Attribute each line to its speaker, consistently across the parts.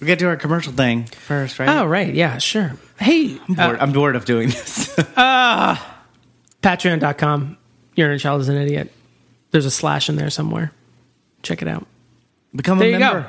Speaker 1: We got to do our commercial thing first, right?
Speaker 2: Oh, right. Yeah, sure. Hey,
Speaker 1: I'm
Speaker 2: uh,
Speaker 1: bored, I'm bored of doing this.
Speaker 2: patreon.com. Your inner child is an idiot. There's a slash in there somewhere. Check it out.
Speaker 1: Become
Speaker 2: There
Speaker 1: a
Speaker 2: you
Speaker 1: member.
Speaker 2: go.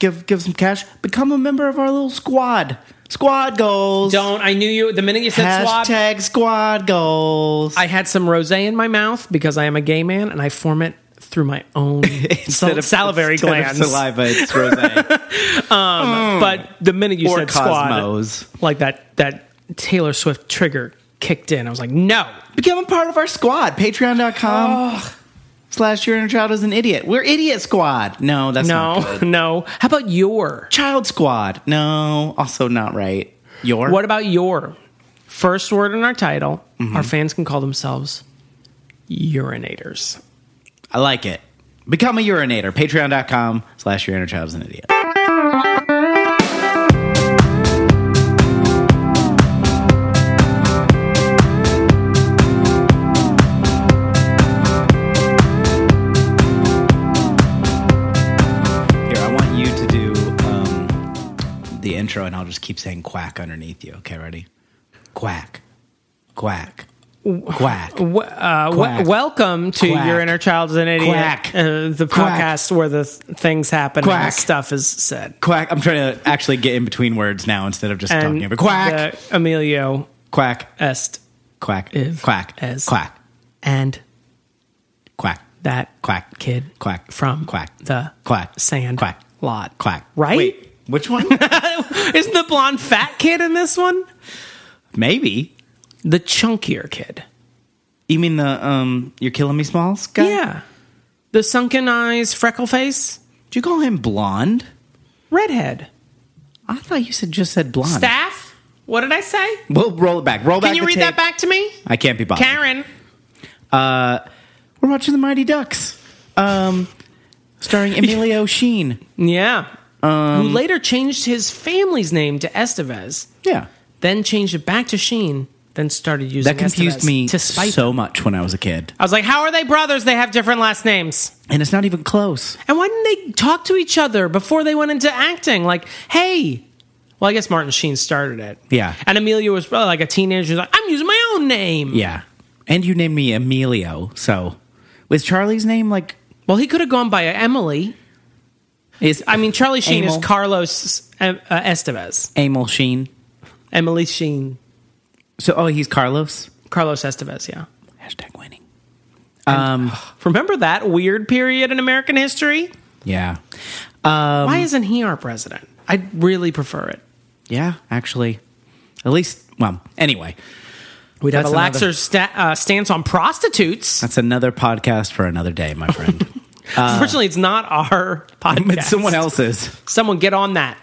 Speaker 1: Give give some cash. Become a member of our little squad. Squad goals.
Speaker 2: Don't. I knew you. The minute you said swab,
Speaker 1: Hashtag squad goals.
Speaker 2: I had some rosé in my mouth because I am a gay man and I form it through my own sal- salivary
Speaker 1: instead of
Speaker 2: glands.
Speaker 1: saliva, it's rosé
Speaker 2: But the minute you
Speaker 1: or
Speaker 2: said squad,
Speaker 1: Cosmos.
Speaker 2: like that that Taylor Swift trigger kicked in. I was like, no.
Speaker 1: Become a part of our squad. Patreon.com slash your inner child is an idiot. We're idiot squad. No, that's not
Speaker 2: No,
Speaker 1: good.
Speaker 2: no. How about your?
Speaker 1: Child squad. No, also not right. Your
Speaker 2: What about your? First word in our title,
Speaker 1: Mm-hmm.
Speaker 2: our fans can call themselves urinators.
Speaker 1: I like it. Become a urinator. Patreon.com slash your inner child is an idiot. Here, I want you to do um, the intro and I'll just keep saying quack underneath you. Okay, ready? Quack. Quack. Quack.
Speaker 2: Wh-
Speaker 1: Quack.
Speaker 2: uh, w- welcome to
Speaker 1: Quack.
Speaker 2: Your Inner Child is an Idiot,
Speaker 1: Quack.
Speaker 2: Uh, the
Speaker 1: Quack.
Speaker 2: podcast where the th- things happen
Speaker 1: Quack.
Speaker 2: and stuff is said.
Speaker 1: Quack. I'm trying to actually get in between words now instead of just
Speaker 2: And
Speaker 1: talking over quack,
Speaker 2: the Emilio
Speaker 1: quack,
Speaker 2: est
Speaker 1: quack,
Speaker 2: If,
Speaker 1: quack,
Speaker 2: as-
Speaker 1: quack,
Speaker 2: and
Speaker 1: quack,
Speaker 2: that
Speaker 1: quack,
Speaker 2: kid
Speaker 1: quack,
Speaker 2: from
Speaker 1: quack,
Speaker 2: the
Speaker 1: quack,
Speaker 2: sand
Speaker 1: quack,
Speaker 2: lot.
Speaker 1: quack.
Speaker 2: Right?
Speaker 1: Wait, which one?
Speaker 2: Isn't the blonde fat kid in this one?
Speaker 1: Maybe.
Speaker 2: The chunkier kid.
Speaker 1: You mean the um? You're killing me, Smalls guy.
Speaker 2: Yeah. The sunken eyes, freckle face,
Speaker 1: Did you call him blonde?
Speaker 2: redhead.
Speaker 1: I thought you said just said blonde.
Speaker 2: Staff? What did I say?
Speaker 1: We'll roll it back. Roll back.
Speaker 2: Can you
Speaker 1: the
Speaker 2: read
Speaker 1: tape.
Speaker 2: that back to me?
Speaker 1: I can't be bothered.
Speaker 2: Karen.
Speaker 1: We're watching the Mighty Ducks, um, starring Um, Emilio Sheen.
Speaker 2: Yeah. Who later changed his family's name to Estevez,
Speaker 1: Yeah,
Speaker 2: then changed it back to Sheen, then started using
Speaker 1: that confused
Speaker 2: Estevez
Speaker 1: me
Speaker 2: to spite.
Speaker 1: so much when I was a kid,
Speaker 2: I was like, how are they brothers? They have different last names.
Speaker 1: and it's not even close.
Speaker 2: And why didn't they talk to each other before they went into acting? Like, hey, well, I guess Martin Sheen started it.
Speaker 1: Yeah.
Speaker 2: And Amelia was probably like a teenager. She's like, I'm using my own name.
Speaker 1: Yeah. And you named me Emilio, so was Charlie's name like
Speaker 2: Well, he could have gone by Emily.
Speaker 1: is
Speaker 2: I mean, Charlie Sheen
Speaker 1: Emil?
Speaker 2: is Carlos uh, uh, Estevez.
Speaker 1: Emil Sheen?
Speaker 2: Emily Sheen.
Speaker 1: So oh he's Carlos?
Speaker 2: Carlos Estevez, yeah.
Speaker 1: Hashtag winning.
Speaker 2: Remember that weird period in American history?
Speaker 1: Yeah. Um,
Speaker 2: why isn't he our president? I'd really prefer it.
Speaker 1: Yeah, actually. At least well, anyway.
Speaker 2: We'd have a
Speaker 1: That's
Speaker 2: laxer
Speaker 1: another- Uh.
Speaker 2: sta- uh, stance on prostitutes.
Speaker 1: That's another podcast for another day, my friend.
Speaker 2: Unfortunately, it's not our podcast.
Speaker 1: but someone else's.
Speaker 2: Someone get on that.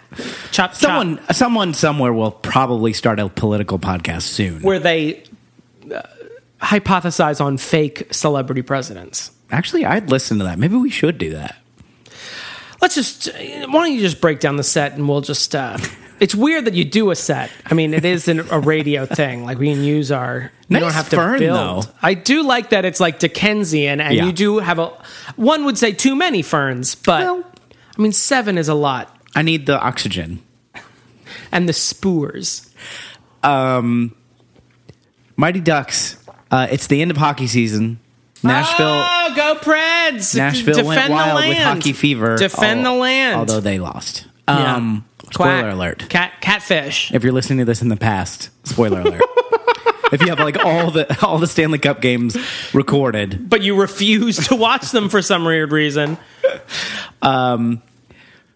Speaker 2: Chop,
Speaker 1: Someone
Speaker 2: chop.
Speaker 1: someone somewhere will probably start a political podcast soon.
Speaker 2: Where they uh, hypothesize on fake celebrity presidents.
Speaker 1: actually I'd listen to that. Maybe we should do that.
Speaker 2: Let's just, why don't you just break down the set and we'll just, uh, it's weird that you do a set. I mean, it is an, a radio thing. Like we can use our, we don't
Speaker 1: Nice
Speaker 2: have to
Speaker 1: fern,
Speaker 2: build.
Speaker 1: though.
Speaker 2: I do like that it's like Dickensian and
Speaker 1: Yeah.
Speaker 2: you do have a, one would say too many ferns, but
Speaker 1: Well-
Speaker 2: I mean, seven is a lot.
Speaker 1: I need the oxygen.
Speaker 2: And the spores.
Speaker 1: Mighty Ducks. Uh, it's the end of hockey season. Nashville
Speaker 2: Oh, go Preds!
Speaker 1: Nashville
Speaker 2: Defend
Speaker 1: went
Speaker 2: the
Speaker 1: wild with
Speaker 2: land.
Speaker 1: hockey fever.
Speaker 2: Defend
Speaker 1: al-
Speaker 2: the land.
Speaker 1: Although they lost.
Speaker 2: Yeah.
Speaker 1: Um,
Speaker 2: Quack.
Speaker 1: Spoiler alert.
Speaker 2: Cat catfish.
Speaker 1: If you're listening to this in the past, spoiler alert. if you have like all the all the Stanley Cup games recorded,
Speaker 2: But you refuse to watch them for some weird reason.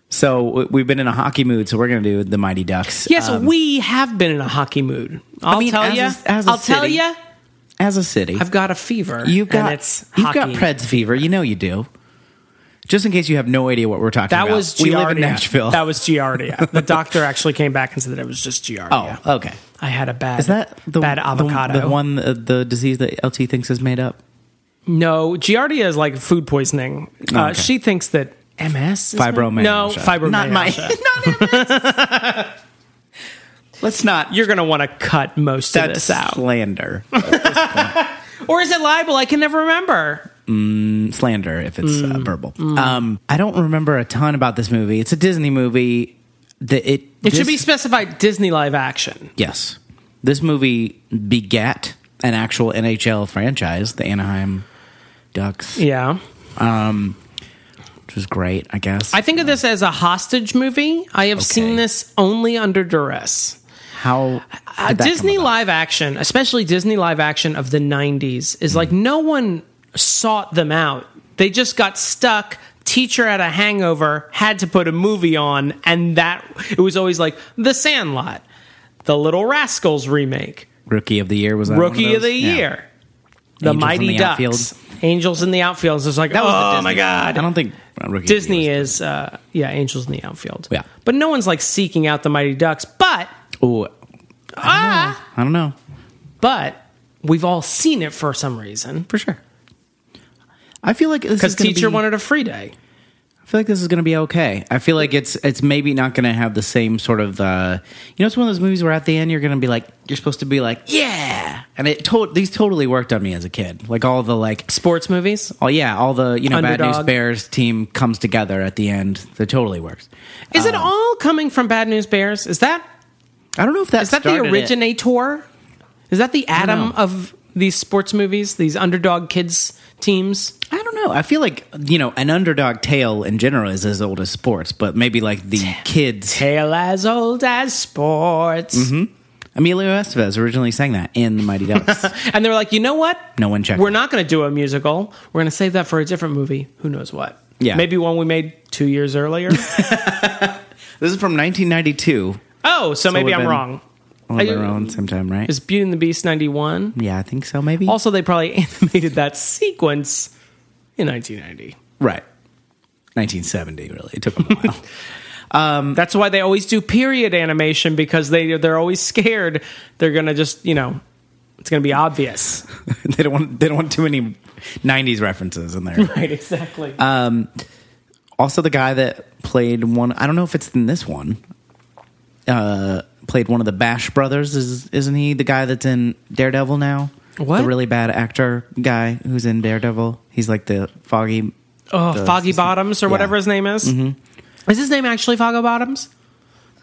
Speaker 1: so w- we've been in a hockey mood. So we're gonna do the Mighty Ducks.
Speaker 2: Yes,
Speaker 1: um,
Speaker 2: we have been in a hockey mood. I'll
Speaker 1: mean,
Speaker 2: tell
Speaker 1: as
Speaker 2: you.
Speaker 1: a- as a
Speaker 2: I'll tell
Speaker 1: city,
Speaker 2: you.
Speaker 1: as a city,
Speaker 2: I've got a fever.
Speaker 1: you've got
Speaker 2: and it's
Speaker 1: you've
Speaker 2: hockey.
Speaker 1: got Preds fever. You know you do. Just in case you have no idea what we're talking
Speaker 2: That
Speaker 1: about,
Speaker 2: was
Speaker 1: we
Speaker 2: Giardia.
Speaker 1: live in Nashville.
Speaker 2: That was Giardia. the doctor actually came back and said that it was just Giardia.
Speaker 1: oh, okay.
Speaker 2: I had a bad.
Speaker 1: Is that the
Speaker 2: bad avocado?
Speaker 1: The, the one uh, the disease that LT thinks is made up?
Speaker 2: No, Giardia is like food poisoning.
Speaker 1: Oh,
Speaker 2: uh,
Speaker 1: okay.
Speaker 2: She thinks that MS. Is
Speaker 1: Fibromyalgia.
Speaker 2: No, fibromyalgia.
Speaker 1: Not my. not even- Let's not.
Speaker 2: You're gonna want to cut most of
Speaker 1: that's
Speaker 2: this out.
Speaker 1: slander. Mm.
Speaker 2: Or is it libel? I can never remember. Mm.
Speaker 1: slander if it's uh, verbal. Um, I don't remember a ton about this movie. It's a Disney movie. the, it
Speaker 2: It should be specified Disney live action.
Speaker 1: yes. This movie begat an actual NHL franchise, the Anaheim Ducks,
Speaker 2: Yeah.
Speaker 1: which was great, I guess.
Speaker 2: I think of this as a hostage movie. I have
Speaker 1: Okay.
Speaker 2: seen this only under duress.
Speaker 1: How
Speaker 2: Uh,
Speaker 1: did that come
Speaker 2: Disney
Speaker 1: about?
Speaker 2: live action, especially Disney live action of the 90s,
Speaker 1: Hmm.
Speaker 2: is like no one sought them out. They just got stuck. Teacher had a hangover, had to put a movie on, and that it was always like The Sandlot, The Little Rascals remake,
Speaker 1: Rookie of the Year was that one
Speaker 2: Rookie of,
Speaker 1: those?
Speaker 2: the
Speaker 1: Yeah.
Speaker 2: Year, The
Speaker 1: Angels in
Speaker 2: Mighty
Speaker 1: the
Speaker 2: Ducks,
Speaker 1: Outfield.
Speaker 2: Angels in the Outfield. So it's like,
Speaker 1: was the
Speaker 2: oh
Speaker 1: Disney
Speaker 2: my
Speaker 1: one.
Speaker 2: god,
Speaker 1: I don't think uh, Rookie of the Year
Speaker 2: Disney
Speaker 1: was-
Speaker 2: is, uh, yeah, Angels in the Outfield.
Speaker 1: Yeah.
Speaker 2: But no one's like seeking out the Mighty Ducks. But,
Speaker 1: Ooh,
Speaker 2: ah,
Speaker 1: I don't know
Speaker 2: but we've all seen it for some reason
Speaker 1: for sure. I feel like this
Speaker 2: because
Speaker 1: is gonna
Speaker 2: teacher
Speaker 1: be,
Speaker 2: wanted a free day.
Speaker 1: I feel like this is going to be okay. I feel like it's it's maybe not going to have the same sort of uh, you know it's one of those movies where at the end you're going to be like you're supposed to be like yeah, and it to- these totally worked on me as a kid. Like all the like
Speaker 2: Sports movies.
Speaker 1: oh yeah, all the you know bad news
Speaker 2: Underdog.
Speaker 1: bears team comes together at the end. That totally works.
Speaker 2: Is it all coming from Bad News Bears? Is that
Speaker 1: I don't know if that's
Speaker 2: is that the originator? Is that the Adam
Speaker 1: know.
Speaker 2: of these sports movies? These underdog kids teams?
Speaker 1: I don't know. I feel like you know an underdog tale in general is as old as sports, but maybe like the kids.
Speaker 2: Tale as old as sports.
Speaker 1: Emilio Estevez originally sang that in The Mighty Ducks.
Speaker 2: And they're like, you know what?
Speaker 1: No one checked.
Speaker 2: We're not going to do a musical. We're going to save that for a different movie. Who knows what?
Speaker 1: Yeah.
Speaker 2: Maybe one we made two years earlier.
Speaker 1: this is from 1992.
Speaker 2: oh, so, maybe
Speaker 1: would've
Speaker 2: I'm
Speaker 1: been-
Speaker 2: wrong.
Speaker 1: All of
Speaker 2: I-
Speaker 1: our own sometime, right?
Speaker 2: Is Beauty and the Beast 91?
Speaker 1: yeah, I think so. Maybe
Speaker 2: Also, they probably animated that sequence in 1990.
Speaker 1: right. 1970. Really, it took them a while.
Speaker 2: That's why they always do period animation because they, they're always scared they're going to just, you know, it's going to be obvious.
Speaker 1: they don't want they don't want too many 90s references in there.
Speaker 2: Right, exactly.
Speaker 1: also the guy that played one i don't know if it's in this one uh played one of the bash brothers is isn't he the guy that's in daredevil now
Speaker 2: What?
Speaker 1: the really bad actor guy who's in daredevil he's like the foggy
Speaker 2: oh,
Speaker 1: the-
Speaker 2: Foggy Bottoms or
Speaker 1: yeah. Mm-hmm.
Speaker 2: whatever his name is. Is his name actually Foggo Bottoms?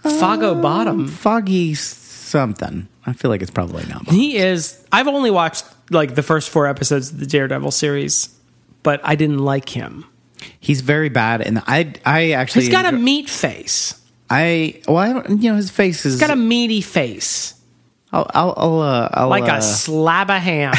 Speaker 1: Uh,
Speaker 2: Foggo Bottom.
Speaker 1: foggy something i feel like it's probably not
Speaker 2: He is. I've only watched like the first four episodes of the Daredevil series, but I didn't like him.
Speaker 1: he's very bad and i i actually
Speaker 2: He's got a
Speaker 1: enjoy-
Speaker 2: meat face.
Speaker 1: i well i don't you know his face is
Speaker 2: He's got a meaty face,
Speaker 1: i'll i'll, I'll uh I'll,
Speaker 2: like
Speaker 1: uh,
Speaker 2: a slab of ham.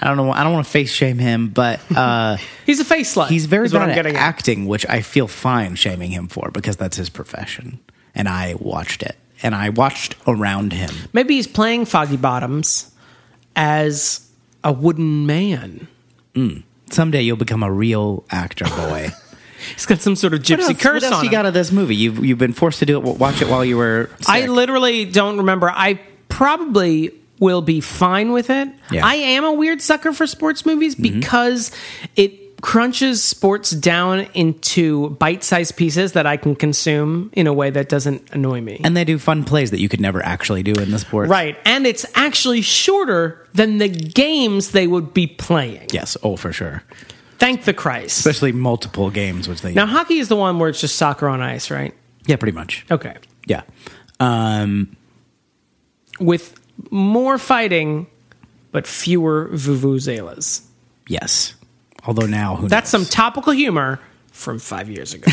Speaker 1: i don't know i don't want to face shame him but uh
Speaker 2: He's a face slut.
Speaker 1: He's very
Speaker 2: is what
Speaker 1: bad
Speaker 2: I'm
Speaker 1: at
Speaker 2: getting at.
Speaker 1: acting, which I feel fine shaming him for because that's his profession. And I watched it, and I watched around him.
Speaker 2: Maybe he's playing Foggy Bottoms as a wooden man.
Speaker 1: Someday you'll become a real actor, boy.
Speaker 2: He's got some sort of
Speaker 1: what
Speaker 2: gypsy
Speaker 1: else, what
Speaker 2: curse
Speaker 1: else
Speaker 2: on
Speaker 1: you
Speaker 2: him.
Speaker 1: got out of this movie? You've you've been forced to do it. Watch it while you were. Sick.
Speaker 2: I literally don't remember. I probably will be fine with it.
Speaker 1: Yeah. Mm-hmm.
Speaker 2: I am a weird sucker for sports movies because it crunches sports down into bite-sized pieces that I can consume in a way that doesn't annoy me.
Speaker 1: and they do fun plays that you could never actually do in the sport.
Speaker 2: right, and it's actually shorter than the games they would be playing.
Speaker 1: Yes. Oh, for sure.
Speaker 2: Thank the Christ.
Speaker 1: Especially multiple games, which they
Speaker 2: now hockey is the one where it's just soccer on ice, right?
Speaker 1: yeah, pretty much.
Speaker 2: Okay.
Speaker 1: Yeah. Um,
Speaker 2: With more fighting but fewer vuvuzelas.
Speaker 1: yes. Although now who
Speaker 2: That's
Speaker 1: knows?
Speaker 2: some topical humor from five years ago.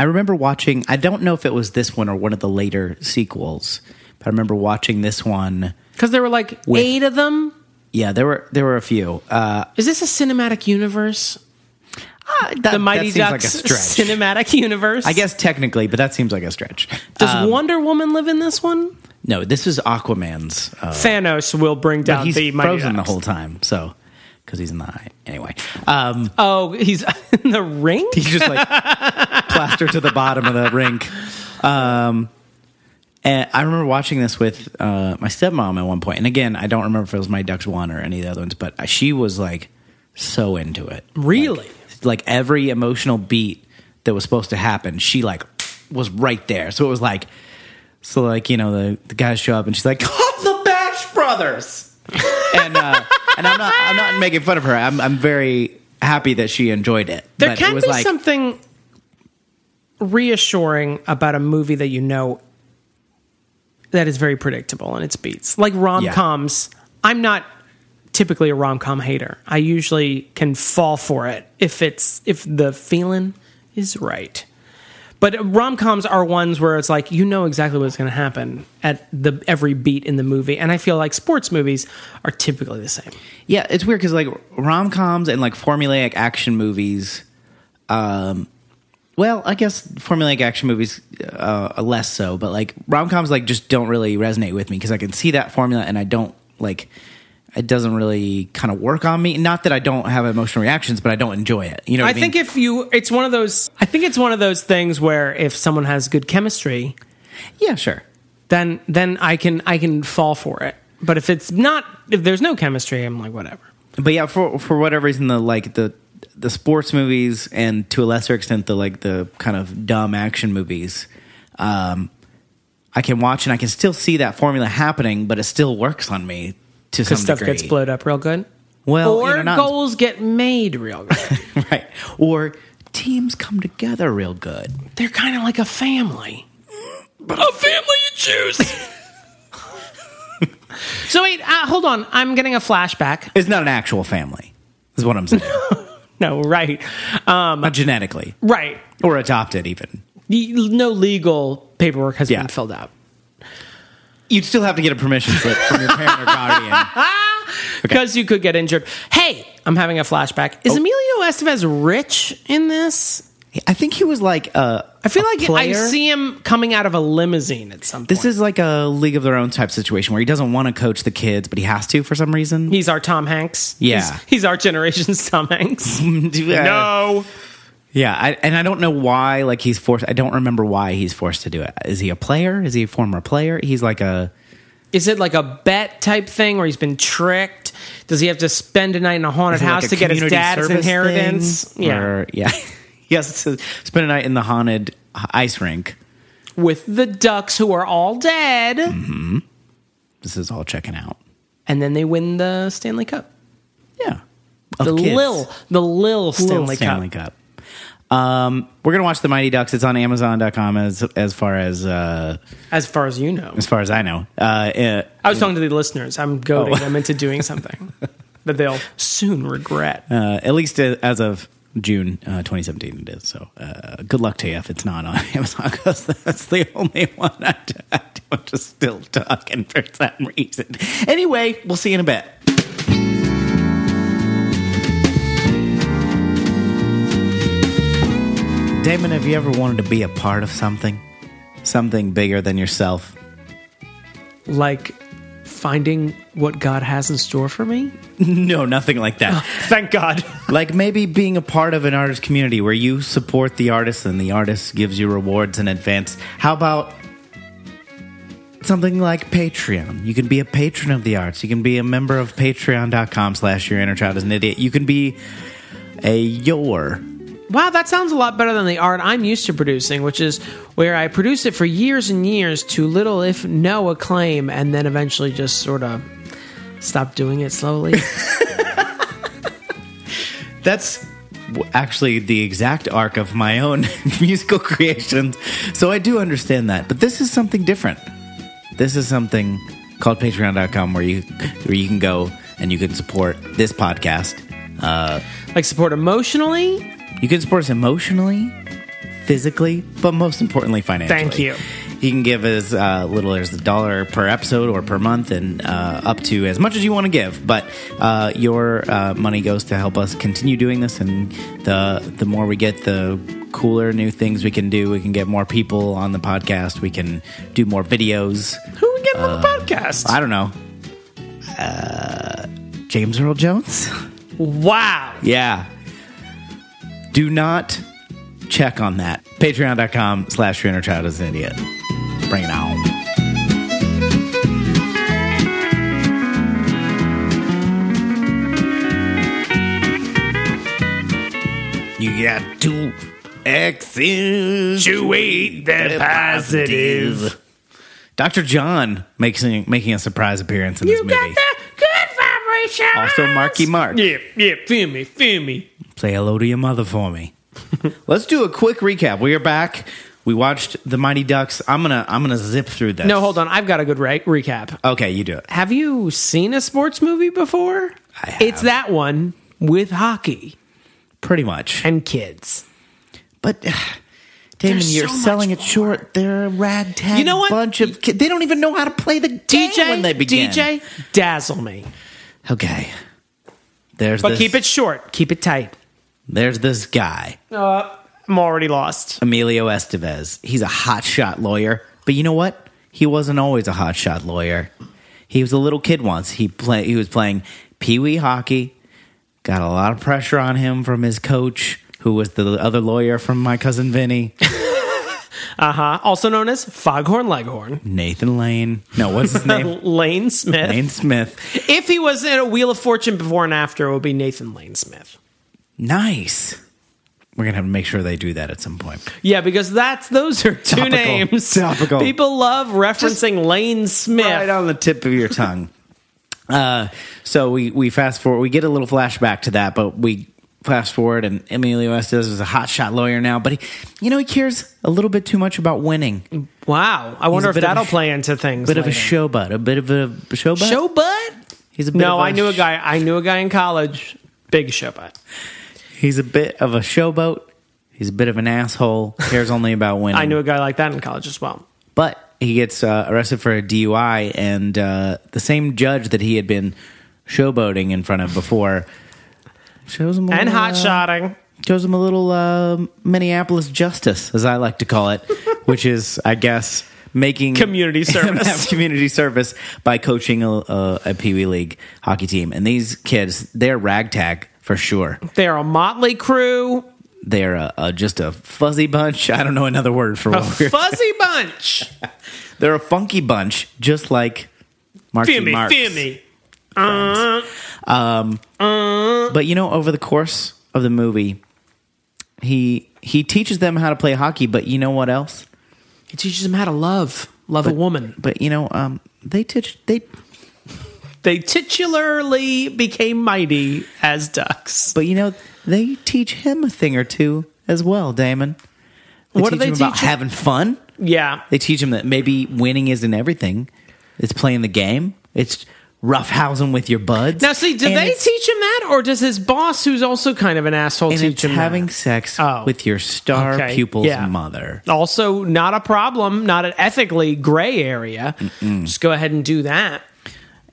Speaker 1: I remember watching. I don't know if it was this one or one of the later sequels, but I remember watching this one.
Speaker 2: Because there were like
Speaker 1: With-
Speaker 2: eight of them.
Speaker 1: Yeah, there were there were a few. Uh,
Speaker 2: Is this a cinematic universe?
Speaker 1: that,
Speaker 2: Ah, The Mighty
Speaker 1: that seems like a
Speaker 2: Ducks
Speaker 1: stretch.
Speaker 2: cinematic universe?
Speaker 1: I guess technically, but that seems like a stretch.
Speaker 2: Does Wonder Woman live in this one?
Speaker 1: No, this is Aquaman's. Uh,
Speaker 2: Thanos will bring
Speaker 1: but
Speaker 2: down
Speaker 1: he's
Speaker 2: the Mighty
Speaker 1: frozen the
Speaker 2: Ducks.
Speaker 1: whole time, so because he's in the eye. Anyway, um,
Speaker 2: Oh, he's in the ring.
Speaker 1: he's just like plastered to the bottom of the rink. Um, and I remember watching this with uh, my stepmom at one point, and again, I don't remember if it was my Ducks One or any of the other ones, but she was like so into it.
Speaker 2: Really?
Speaker 1: like every emotional beat that was supposed to happen, she like was right there. So it was like, so like you know the, the guys show up and she's like, "Call the Bash Brothers," and uh, and I'm not I'm not making fun of her. I'm I'm very happy that she enjoyed it.
Speaker 2: There
Speaker 1: but it
Speaker 2: can
Speaker 1: was
Speaker 2: be
Speaker 1: like,
Speaker 2: something reassuring about a movie that you know that is very predictable in its beats. Like rom coms, I'm not typically a rom com hater. I usually can fall for it if it's if the feeling is right. But rom coms are ones where it's like you know exactly what's going to happen at the every beat in the movie, and I feel like sports movies are typically the same.
Speaker 1: Yeah, it's weird because like rom coms and like formulaic action movies, um, well, I guess formulaic action movies uh, are less so, but like rom coms like just don't really resonate with me because I can see that formula and I don't like it doesn't really kind of work on me. Not that I don't have emotional reactions, but I don't enjoy it. You know, what
Speaker 2: I
Speaker 1: I mean?
Speaker 2: think if you, it's one of those. I think it's one of those things where if someone has good chemistry,
Speaker 1: yeah, sure.
Speaker 2: then then I can I can fall for it. But if it's not, if there's no chemistry, I'm like whatever.
Speaker 1: but yeah, for for whatever reason, the like the the sports movies and to a lesser extent the like the kind of dumb action movies, um, I can watch and I can still see that formula happening, but it still works on me to some
Speaker 2: Because stuff
Speaker 1: degree.
Speaker 2: gets blowed up real good.
Speaker 1: Well, you
Speaker 2: or
Speaker 1: know, not-
Speaker 2: goals get made real good.
Speaker 1: right? Or teams come together real good.
Speaker 2: They're kind of like a family. a family you choose. so wait, uh, hold on. I'm getting a flashback.
Speaker 1: It's not an actual family, is what I'm saying.
Speaker 2: No, right,
Speaker 1: not genetically
Speaker 2: right.
Speaker 1: or adopted even.
Speaker 2: The- No legal paperwork has
Speaker 1: Yeah.
Speaker 2: been filled out.
Speaker 1: You'd still have to get a permission slip from your parent or guardian.
Speaker 2: because you could get injured. Hey, I'm having a flashback. Is
Speaker 1: Oh.
Speaker 2: Emilio Estevez rich in this?
Speaker 1: I think he was like a
Speaker 2: I feel like I
Speaker 1: player?
Speaker 2: see him coming out of a limousine at some point.
Speaker 1: This is like a League of Their Own type situation where he doesn't want to coach the kids, but he has to for some reason.
Speaker 2: he's our Tom Hanks.
Speaker 1: Yeah.
Speaker 2: he's, he's our generation's Tom Hanks.
Speaker 1: Yeah.
Speaker 2: no,
Speaker 1: Yeah, I, and I don't know why. Like he's forced. I don't remember why he's forced to do it. Is he a player? Is he a former player? He's like a.
Speaker 2: is it like a bet type thing where he's been tricked? Does he have to spend a night in a haunted
Speaker 1: is it like
Speaker 2: house
Speaker 1: a
Speaker 2: to get his
Speaker 1: community
Speaker 2: dad's
Speaker 1: service
Speaker 2: inheritance?
Speaker 1: thing?
Speaker 2: Yeah,
Speaker 1: Or- yeah. yes. To spend a night in the haunted ice rink.
Speaker 2: with the ducks who are all dead,
Speaker 1: This is all checking out.
Speaker 2: and then they win the Stanley Cup.
Speaker 1: Yeah. Of
Speaker 2: The
Speaker 1: kids.
Speaker 2: Lil, the Lil Stanley,
Speaker 1: Little
Speaker 2: Cup.
Speaker 1: Stanley Cup. Um, we're gonna watch the Mighty Ducks. It's on Amazon.com as as far as uh,
Speaker 2: As far as you know,
Speaker 1: as far as I know. Uh, it,
Speaker 2: I was talking to the listeners. I'm goading them into doing something that they'll soon regret.
Speaker 1: uh, at least a- as of June uh, 2017, it is. So uh, good luck to you if it's not on Amazon because that's the only one I do- I don't just still talking for some reason. Anyway, we'll see you in a bit. Damon, have you ever wanted to be a part of something? Something bigger than yourself?
Speaker 2: like finding what God has in store for me.
Speaker 1: No, nothing like that.
Speaker 2: Thank God.
Speaker 1: like maybe being a part of an artist community where you support the artist and the artist gives you rewards in advance. How about something like Patreon? You can be a patron of the arts. You can be a member of patreon.com slash your inner child is an idiot. You can be a your.
Speaker 2: Wow, that sounds a lot better than the art I'm used to producing, which is where I produced it for years and years to little if no acclaim and then eventually just sort of stopped doing it slowly.
Speaker 1: That's w- actually the exact arc of my own musical creations. So I do understand that. But this is something different. This is something called patreon.com where you where you can go and you can support this podcast.
Speaker 2: like support emotionally.
Speaker 1: You can support us emotionally, physically, but most importantly financially.
Speaker 2: Thank you.
Speaker 1: You can give as uh, little as a dollar per episode or per month, and uh, up to as much as you want to give. But uh, your uh, money goes to help us continue doing this, and the the more we get, the cooler new things we can do. We can get more people on the podcast. We can do more videos.
Speaker 2: Who would get on the podcast?
Speaker 1: I don't know. Uh, James Earl Jones.
Speaker 2: wow.
Speaker 1: Yeah. Do not check on that. Patreon.com slash your inner child is an idiot. Bring it on. You got two X's.
Speaker 2: Chewy the positive.
Speaker 1: Dr. John makes making a surprise appearance in this movie.
Speaker 2: good vibration.
Speaker 1: Also, Marky Mark.
Speaker 2: Yeah, yeah, feel me, feel me.
Speaker 1: Say hello to your mother for me. Let's do a quick recap. We are back. We watched The Mighty Ducks. I'm gonna I'm gonna zip through this.
Speaker 2: No, hold on. I've got a good re- recap.
Speaker 1: Okay, you do it.
Speaker 2: Have you seen a sports movie before?
Speaker 1: I have.
Speaker 2: It's that one with hockey
Speaker 1: Pretty much.
Speaker 2: and kids.
Speaker 1: But Damon,
Speaker 2: There's
Speaker 1: you're
Speaker 2: so much
Speaker 1: selling it short. They're a ragtag
Speaker 2: You know what?
Speaker 1: bunch of kids. They don't even know how to play the game
Speaker 2: DJ,
Speaker 1: when they begin.
Speaker 2: DJ, dazzle me.
Speaker 1: Okay. There's
Speaker 2: But
Speaker 1: this,
Speaker 2: keep it short. Keep it tight.
Speaker 1: There's this guy,
Speaker 2: Uh, I'm already lost.
Speaker 1: Emilio Estevez. He's a hotshot lawyer, but you know what? He wasn't always a hotshot lawyer. He was a little kid once. He play he was playing pee wee hockey. Got a lot of pressure on him from his coach, who was the other lawyer from my cousin Vinny,
Speaker 2: Uh, also known as Foghorn Leghorn.
Speaker 1: Nathan Lane. No, what's his name?
Speaker 2: Lane Smith.
Speaker 1: Lane Smith.
Speaker 2: If he was in a Wheel of Fortune before and after, it would be Nathan Lane Smith.
Speaker 1: Nice. We're gonna have to make sure they do that at some point.
Speaker 2: Yeah, because that's those are two
Speaker 1: Topical.
Speaker 2: names.
Speaker 1: Topical.
Speaker 2: People love referencing Lane Smith.
Speaker 1: right on the tip of your tongue. Uh, so we we fast forward. We get a little flashback to that, but we fast forward, and Emilio Estevez is a hotshot lawyer now. But he, you know, he cares a little bit too much about winning. A
Speaker 2: Wow. I
Speaker 1: a
Speaker 2: wonder if
Speaker 1: bit of a
Speaker 2: that'll
Speaker 1: sh-
Speaker 2: play into things.
Speaker 1: bit of a
Speaker 2: later.
Speaker 1: showbutt. A bit of a showbutt.
Speaker 2: Showbutt?
Speaker 1: He's a bit
Speaker 2: No,
Speaker 1: of
Speaker 2: I knew a guy. I knew a guy in college. Big showbutt.
Speaker 1: He's a bit of a showboat. He's a bit of an asshole. Cares only about winning.
Speaker 2: I knew a guy like that in college as well.
Speaker 1: But he gets uh, arrested for a DUI, and uh, the same judge that he had been showboating in front of before shows him a
Speaker 2: And
Speaker 1: little, uh,
Speaker 2: hot shotting.
Speaker 1: shows him a little uh, Minneapolis justice, as I like to call it, which is, I guess, making
Speaker 2: Community service.
Speaker 1: community service by coaching a, a, a Pee Wee League hockey team. And these kids, they're ragtag for sure.
Speaker 2: They're a motley crew.
Speaker 1: They're uh, uh, just a fuzzy bunch. I don't know another word for
Speaker 2: A
Speaker 1: what we're
Speaker 2: fuzzy bunch.
Speaker 1: They're a funky bunch, just like Marky
Speaker 2: Feel me,
Speaker 1: Mark's
Speaker 2: feel me.
Speaker 1: friends. Um, but you know, over the course of the movie, he he teaches them how to play hockey. But you know what else?
Speaker 2: It teaches them how to love. Love a woman.
Speaker 1: But you know, um, they teach they.
Speaker 2: They titularly became mighty as ducks.
Speaker 1: But you know, they teach him a thing or two as well, Damon. They
Speaker 2: What do
Speaker 1: teach
Speaker 2: they
Speaker 1: him about
Speaker 2: teach him?
Speaker 1: having fun?
Speaker 2: Yeah.
Speaker 1: They teach him that maybe winning isn't everything. It's playing the game. It's roughhousing with your buds.
Speaker 2: Now, see, do
Speaker 1: And
Speaker 2: they
Speaker 1: it's-
Speaker 2: teach him that, or does his boss, who's also kind of an asshole,
Speaker 1: and
Speaker 2: teach
Speaker 1: it's
Speaker 2: him
Speaker 1: having
Speaker 2: that?
Speaker 1: sex
Speaker 2: Oh.
Speaker 1: with your star
Speaker 2: Okay,
Speaker 1: pupil's
Speaker 2: yeah.
Speaker 1: mother.
Speaker 2: Also, not a problem, not an ethically gray area. Just go ahead and do that.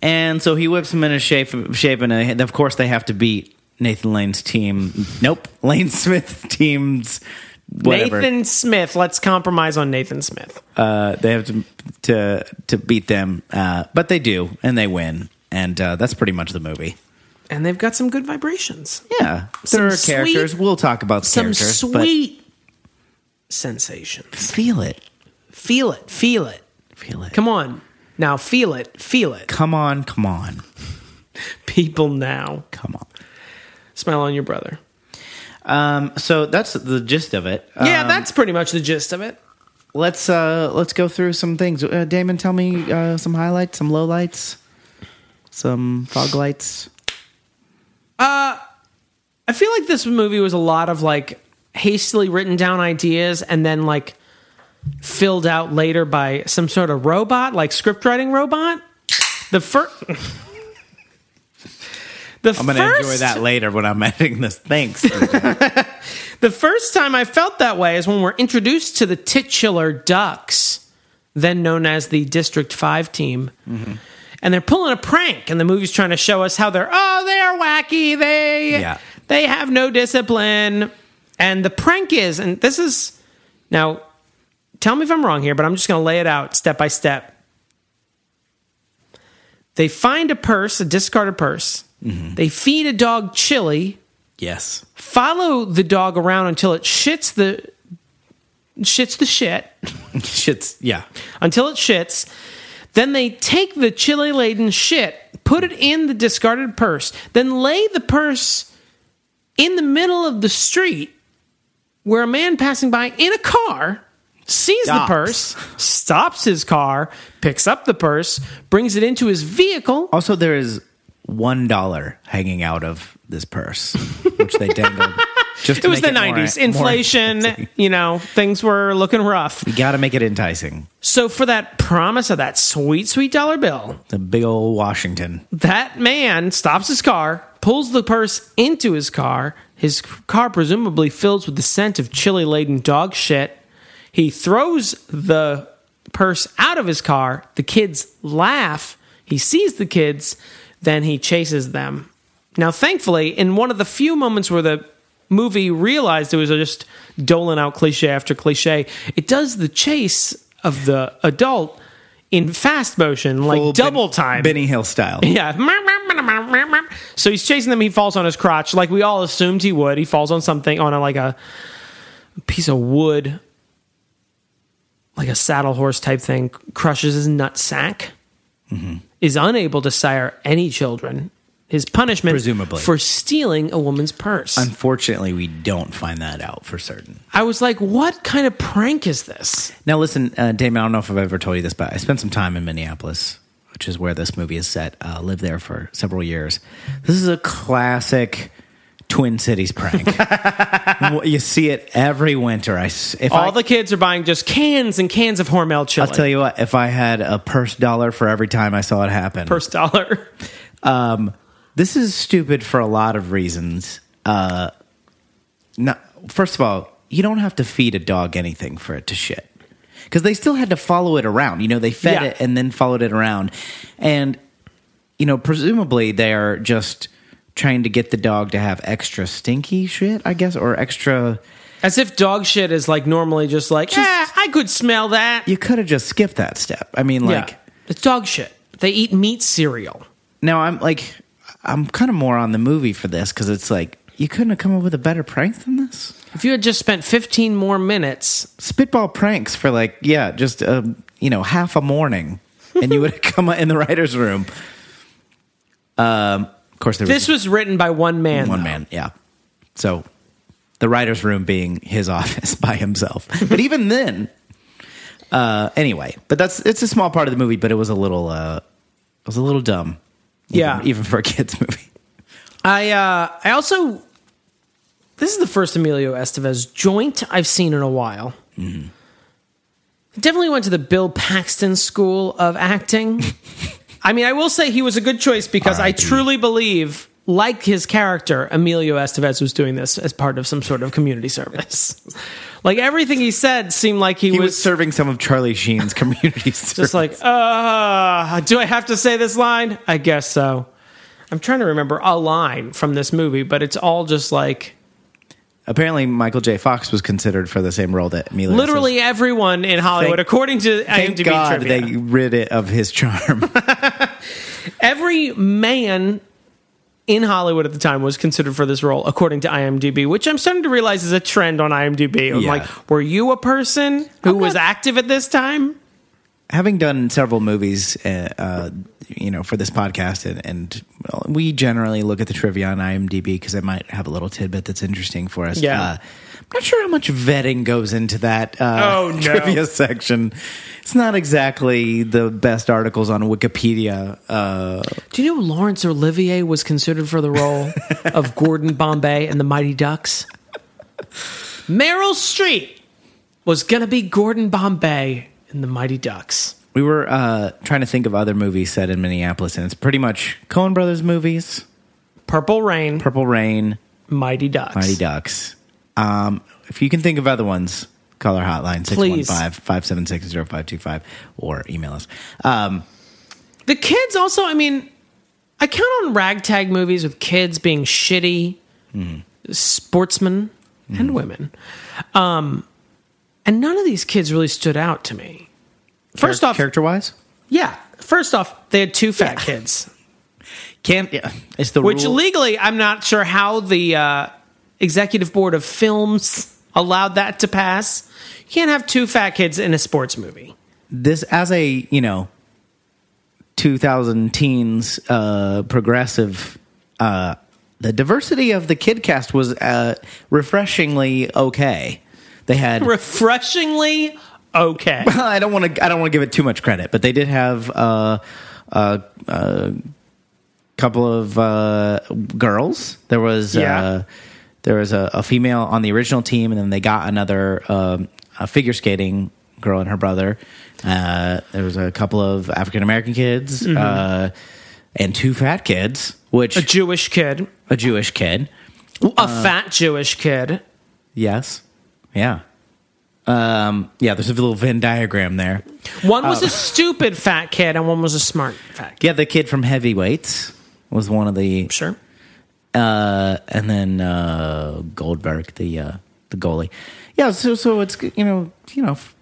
Speaker 1: And so he whips him into shape, shape and they- of course they have to beat Nathan Lane's team. Nope, Lane Smith team's whatever.
Speaker 2: Nathan Smith. Let's compromise on Nathan Smith.
Speaker 1: Uh, they have to to to beat them, uh, but they do, and they win, and uh, that's pretty much the movie.
Speaker 2: And they've got some good vibrations.
Speaker 1: Yeah,
Speaker 2: Some
Speaker 1: there are characters.
Speaker 2: sweet-
Speaker 1: we'll talk about the
Speaker 2: Some
Speaker 1: characters,
Speaker 2: sweet sensations.
Speaker 1: but feel it,
Speaker 2: Feel it. Feel it.
Speaker 1: feel it.
Speaker 2: Come on. Now feel it. Feel it.
Speaker 1: come on, come on,
Speaker 2: People now.
Speaker 1: come on.
Speaker 2: Smile on your brother.
Speaker 1: Um, so that's the gist of it.
Speaker 2: Yeah,
Speaker 1: Um,
Speaker 2: that's pretty much the gist of it.
Speaker 1: let's uh let's go through some things uh, damon tell me uh, some highlights some lowlights some fog lights
Speaker 2: I feel like this movie was a lot of like hastily written down ideas and then like filled out later by some sort of robot, like script writing robot. The first. The
Speaker 1: i'm gonna
Speaker 2: first,
Speaker 1: enjoy that later when i'm editing this thanks
Speaker 2: The first time I felt that way is when we're introduced to the titular Ducks, then known as the District 5 team. And they're pulling a prank, and the movie's trying to show us how they're, oh, they're wacky. They,
Speaker 1: Yeah.
Speaker 2: they have no discipline. And the prank is, and this is, now, tell me if I'm wrong here, but I'm just going to lay it out step by step. They find a purse, a discarded purse. They feed a dog chili
Speaker 1: yes
Speaker 2: follow the dog around until it shits the shits the shit
Speaker 1: shit's yeah
Speaker 2: until it shits then they take the chili laden shit put it in the discarded purse then lay the purse in the middle of the street where a man passing by in a car sees
Speaker 1: Stops.
Speaker 2: the purse
Speaker 1: Oh,
Speaker 2: stops his car picks up the purse brings it into his vehicle
Speaker 1: also there is one dollar hanging out of this purse, which they dangled. Just to
Speaker 2: It was the
Speaker 1: make more-
Speaker 2: 90s.
Speaker 1: more
Speaker 2: Inflation,
Speaker 1: enticing.
Speaker 2: you know, things were looking rough.
Speaker 1: you got to make it enticing.
Speaker 2: So, for that promise of that sweet, sweet dollar bill,
Speaker 1: The big old Washington.
Speaker 2: that man stops his car, pulls the purse into his car. His car presumably fills with the scent of chili laden dog shit. He throws the purse out of his car. The kids laugh. He sees the kids, then he chases them. Now, thankfully, in one of the few moments where the movie realized it was just doling out cliche after cliche, it does the chase of the adult in fast motion, like
Speaker 1: Full
Speaker 2: double
Speaker 1: Ben-
Speaker 2: time.
Speaker 1: Benny Hill style.
Speaker 2: Yeah. So he's chasing them. He falls on his crotch, like we all assumed he would. He falls on something, on a, like a piece of wood, like a saddle horse type thing, crushes his nut sack.
Speaker 1: Mm-hmm.
Speaker 2: Is unable to sire any children. His punishment,
Speaker 1: Presumably.
Speaker 2: for stealing a woman's purse.
Speaker 1: Unfortunately, we don't find that out for certain.
Speaker 2: I was like, "What kind of prank is this?"
Speaker 1: Now, listen, uh, Damon, I don't know if I've ever told you this, but I spent some time in Minneapolis, which is where this movie is set. Uh, lived there for several years. This is a classic Twin Cities prank. Wh- you see it every winter. I, s- if
Speaker 2: All
Speaker 1: I,
Speaker 2: the kids are buying just cans and cans of Hormel chili.
Speaker 1: I'll tell you what, if I had a purse dollar for every time I saw it happen,
Speaker 2: First dollar.
Speaker 1: this is stupid for a lot of reasons. Uh, no, first of all, you don't have to feed a dog anything for it to shit because they still had to follow it around. You know, they fed
Speaker 2: Yeah.
Speaker 1: it and then followed it around, and you know, presumably they are just trying to get the dog to have extra stinky shit, I guess, or extra.
Speaker 2: As if dog shit is like normally just like, yeah, I could smell that.
Speaker 1: You could have just skipped that step. I mean, like.
Speaker 2: yeah. it's dog shit. They eat meat cereal.
Speaker 1: Now I'm like, I'm kind of more on the movie for this because it's like you couldn't have come up with a better prank than this.
Speaker 2: If you had just spent 15 more minutes,
Speaker 1: Spitball pranks for like, yeah, just um, you know, half a morning, and you would have come in the writers' room. Um, of course, there was
Speaker 2: this was written by one man.
Speaker 1: one
Speaker 2: though.
Speaker 1: man, yeah. So the writers' room being his office by himself, but even then, uh, anyway, but that's it's a small part of the movie, but it was a little, uh, it was a little dumb, even-
Speaker 2: Yeah.
Speaker 1: even for a kids' movie.
Speaker 2: I uh, I also this is the first Emilio Estevez joint I've seen in a while. Mm-hmm. Definitely went to the Bill Paxton School of Acting. I mean, I will say he was a good choice because I
Speaker 1: R.I.P..
Speaker 2: truly believe, like his character, Emilio Estevez was doing this as part of some sort of community service. like everything he said seemed like he,
Speaker 1: He
Speaker 2: was,
Speaker 1: was serving some of Charlie Sheen's community
Speaker 2: just like, uh, do I have to say this line? I guess so. I'm trying to remember a line from this movie, but it's all just like
Speaker 1: apparently Michael J. Fox was considered for the same role that Emilio.
Speaker 2: literally everyone in Hollywood,
Speaker 1: Thank-
Speaker 2: according to uh,
Speaker 1: Thank
Speaker 2: IMDb
Speaker 1: God
Speaker 2: trivia.
Speaker 1: they rid it of his charm.
Speaker 2: every man in Hollywood at the time was considered for this role, according to IMDb, which I'm starting to realize is a trend on IMDb. I'm
Speaker 1: Yeah.
Speaker 2: like, were you a person who
Speaker 1: I'm
Speaker 2: was
Speaker 1: not-
Speaker 2: active at this time?
Speaker 1: Having done several movies, uh, uh, you know, for this podcast, and, and well, we generally look at the trivia on IMDb because it might have a little tidbit that's interesting for us.
Speaker 2: Yeah.
Speaker 1: Uh, I'm not sure how much vetting goes into that uh,
Speaker 2: Oh, no.
Speaker 1: trivia section. It's not exactly the best articles on Wikipedia. Uh,
Speaker 2: Do you know Laurence Olivier was considered for the role of Gordon Bombay in The Mighty Ducks? Meryl Streep was going to be Gordon Bombay in The Mighty Ducks.
Speaker 1: We were uh, trying to think of other movies set in Minneapolis, and it's pretty much Coen Brothers movies,
Speaker 2: Purple Rain,
Speaker 1: Purple Rain,
Speaker 2: Mighty Ducks.
Speaker 1: Mighty Ducks. Um, if you can think of other ones, call our hotline
Speaker 2: Please.
Speaker 1: 615 576 0525 or email us. Um,
Speaker 2: The kids also, I mean, I count on ragtag movies with kids being shitty sportsmen and women. Um, and none of these kids really stood out to me. First off,
Speaker 1: character wise,
Speaker 2: yeah. First off, they had two fat kids,
Speaker 1: can't. Yeah, it's the
Speaker 2: which
Speaker 1: rule.
Speaker 2: legally I'm not sure how the uh, executive board of films allowed that to pass. You can't have two fat kids in a sports movie.
Speaker 1: this as a you know 2000 teens uh progressive uh the diversity of the kid cast was uh refreshingly okay they had
Speaker 2: Refreshingly okay.
Speaker 1: I don't want to. I don't want to give it too much credit, but they did have uh, uh, uh, couple of uh, girls. There was
Speaker 2: Yeah.
Speaker 1: uh, there was a, a female on the original team, and then they got another um, a figure skating girl and her brother. Uh, there was a couple of African American kids uh, and two fat kids, which
Speaker 2: Mm-hmm. A Jewish kid,
Speaker 1: a Jewish kid.
Speaker 2: a fat Jewish kid.
Speaker 1: Yes, yeah, um, yeah. There's a little Venn diagram there.
Speaker 2: One was a stupid fat kid, and one was a smart fat kid.
Speaker 1: Yeah, the kid from Heavyweights was one of the
Speaker 2: Sure.
Speaker 1: uh, and then uh, Goldberg, the uh, the goalie. Yeah, so so it's you know you know f-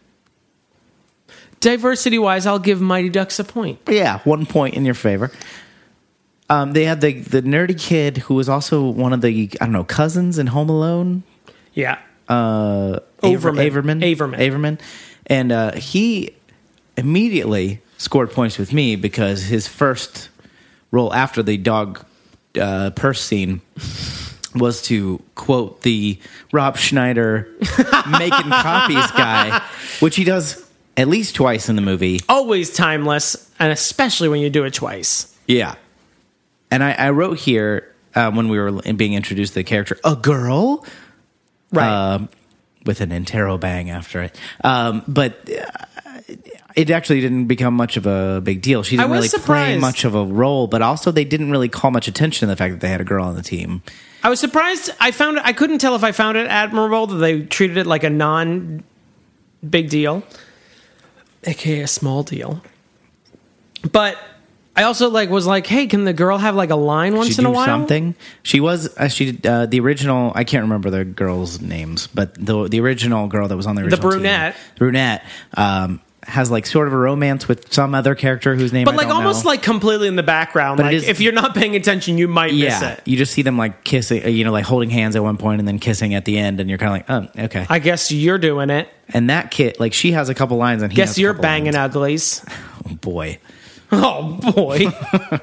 Speaker 2: Diversity wise, I'll give Mighty Ducks a point.
Speaker 1: yeah one point in your favor. Um, they had the the nerdy kid who was also one of the I don't know cousins in Home Alone.
Speaker 2: Yeah.
Speaker 1: Uh, Aver-
Speaker 2: Overman.
Speaker 1: Averman
Speaker 2: Averman.
Speaker 1: Averman, and uh, he immediately scored points with me because his first role after the dog uh, purse scene was to quote the Rob Schneider making copies guy, which he does at least twice in the movie.
Speaker 2: Always timeless, and especially when you do it twice.
Speaker 1: Yeah. And I, I wrote here uh, when we were being introduced to the character, a girl
Speaker 2: Right.
Speaker 1: um, with an intero bang after it. Um, but uh, it actually didn't become much of a big deal. She didn't
Speaker 2: was
Speaker 1: really play
Speaker 2: surprised.
Speaker 1: much of a role, but also they didn't really call much attention to the fact that they had a girl on the team.
Speaker 2: I was surprised. I found it. I couldn't tell if I found it admirable that they treated it like a non big deal, aka a small deal. But I also like was like, hey, can the girl have like a line once
Speaker 1: She
Speaker 2: in a
Speaker 1: do
Speaker 2: while?
Speaker 1: something. She was uh, she uh, the original. I can't remember the girls' names, but the the original girl that was on the original team,
Speaker 2: brunette.
Speaker 1: brunette um, has like sort of a romance with some other character whose name,
Speaker 2: But
Speaker 1: I
Speaker 2: like
Speaker 1: don't
Speaker 2: almost
Speaker 1: know.
Speaker 2: like completely in the background.
Speaker 1: But it
Speaker 2: like
Speaker 1: is-
Speaker 2: if you're not paying attention, you might miss
Speaker 1: Yeah,
Speaker 2: it.
Speaker 1: you just see them like kissing, uh, you know, like holding hands at one point and then kissing at the end, and you're kind of like, oh, okay.
Speaker 2: I guess you're doing it.
Speaker 1: And that kid, like, she has a couple lines, and he
Speaker 2: Guess
Speaker 1: has a
Speaker 2: you're
Speaker 1: couple
Speaker 2: banging
Speaker 1: lines.
Speaker 2: uglies.
Speaker 1: Oh, boy,
Speaker 2: Oh boy.
Speaker 1: My
Speaker 2: the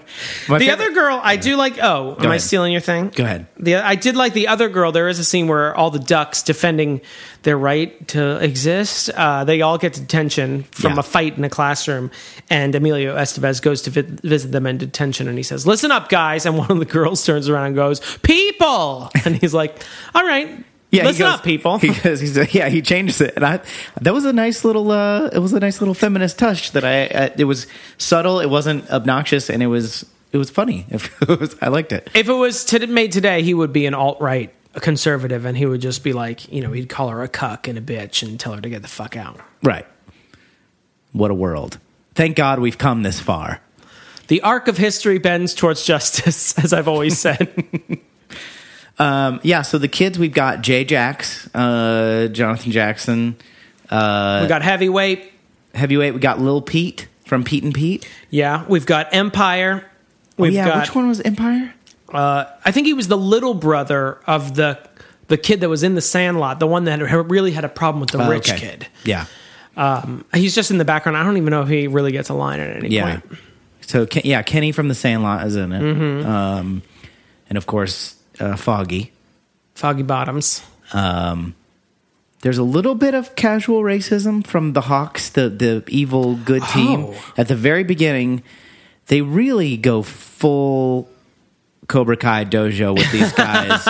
Speaker 1: favorite-
Speaker 2: other girl I do like. Oh, am I
Speaker 1: ahead.
Speaker 2: stealing your thing?
Speaker 1: Go ahead.
Speaker 2: The I did like the other girl. There is a scene where all the ducks defending their right to exist. Uh, they all get detention from
Speaker 1: Yeah.
Speaker 2: a fight in a classroom, and Emilio Estevez goes to vi- visit them in detention, and he says, "Listen up, guys!" And one of the girls turns around and goes, "People!" And he's like, "All right,
Speaker 1: Yeah, he
Speaker 2: listen
Speaker 1: goes-
Speaker 2: up, people."
Speaker 1: He goes, he's yeah, he changes it, and I that was a nice little uh, it was a nice little feminist touch that I uh, it was subtle, it wasn't obnoxious, and it was it was funny. It was, I liked it.
Speaker 2: if it was to- made today, he would be an alt right conservative, and he would just be like, you know, he'd call her a cuck and a bitch and tell her to get the fuck out.
Speaker 1: Right. What a world! Thank God we've come this far.
Speaker 2: The arc of history bends towards justice, as I've always said.
Speaker 1: Um, Yeah. So the kids we've got Jay Jax, uh, Jonathan Jackson,
Speaker 2: we got heavyweight.
Speaker 1: heavyweight. We got Lil Pete from Pete and Pete.
Speaker 2: Yeah, we've got Empire. We've
Speaker 1: Oh, yeah.
Speaker 2: got. uh,
Speaker 1: which one was Empire?
Speaker 2: I think he was the little brother of the the kid that was in the Sandlot, the one that had- really had a problem with the
Speaker 1: Oh,
Speaker 2: rich
Speaker 1: okay.
Speaker 2: kid.
Speaker 1: Yeah.
Speaker 2: He's just in the background. I don't even know if he really gets a line at any
Speaker 1: Yeah.
Speaker 2: point. Mm-hmm.
Speaker 1: So Ken, yeah, Kenny from The Sandlot is in it, um, and of course uh, Foggy.
Speaker 2: Foggy Bottoms.
Speaker 1: There's a little bit of casual racism from the Hawks, the the evil good team.
Speaker 2: Oh.
Speaker 1: At the very beginning, they really go full Cobra Kai dojo with these guys.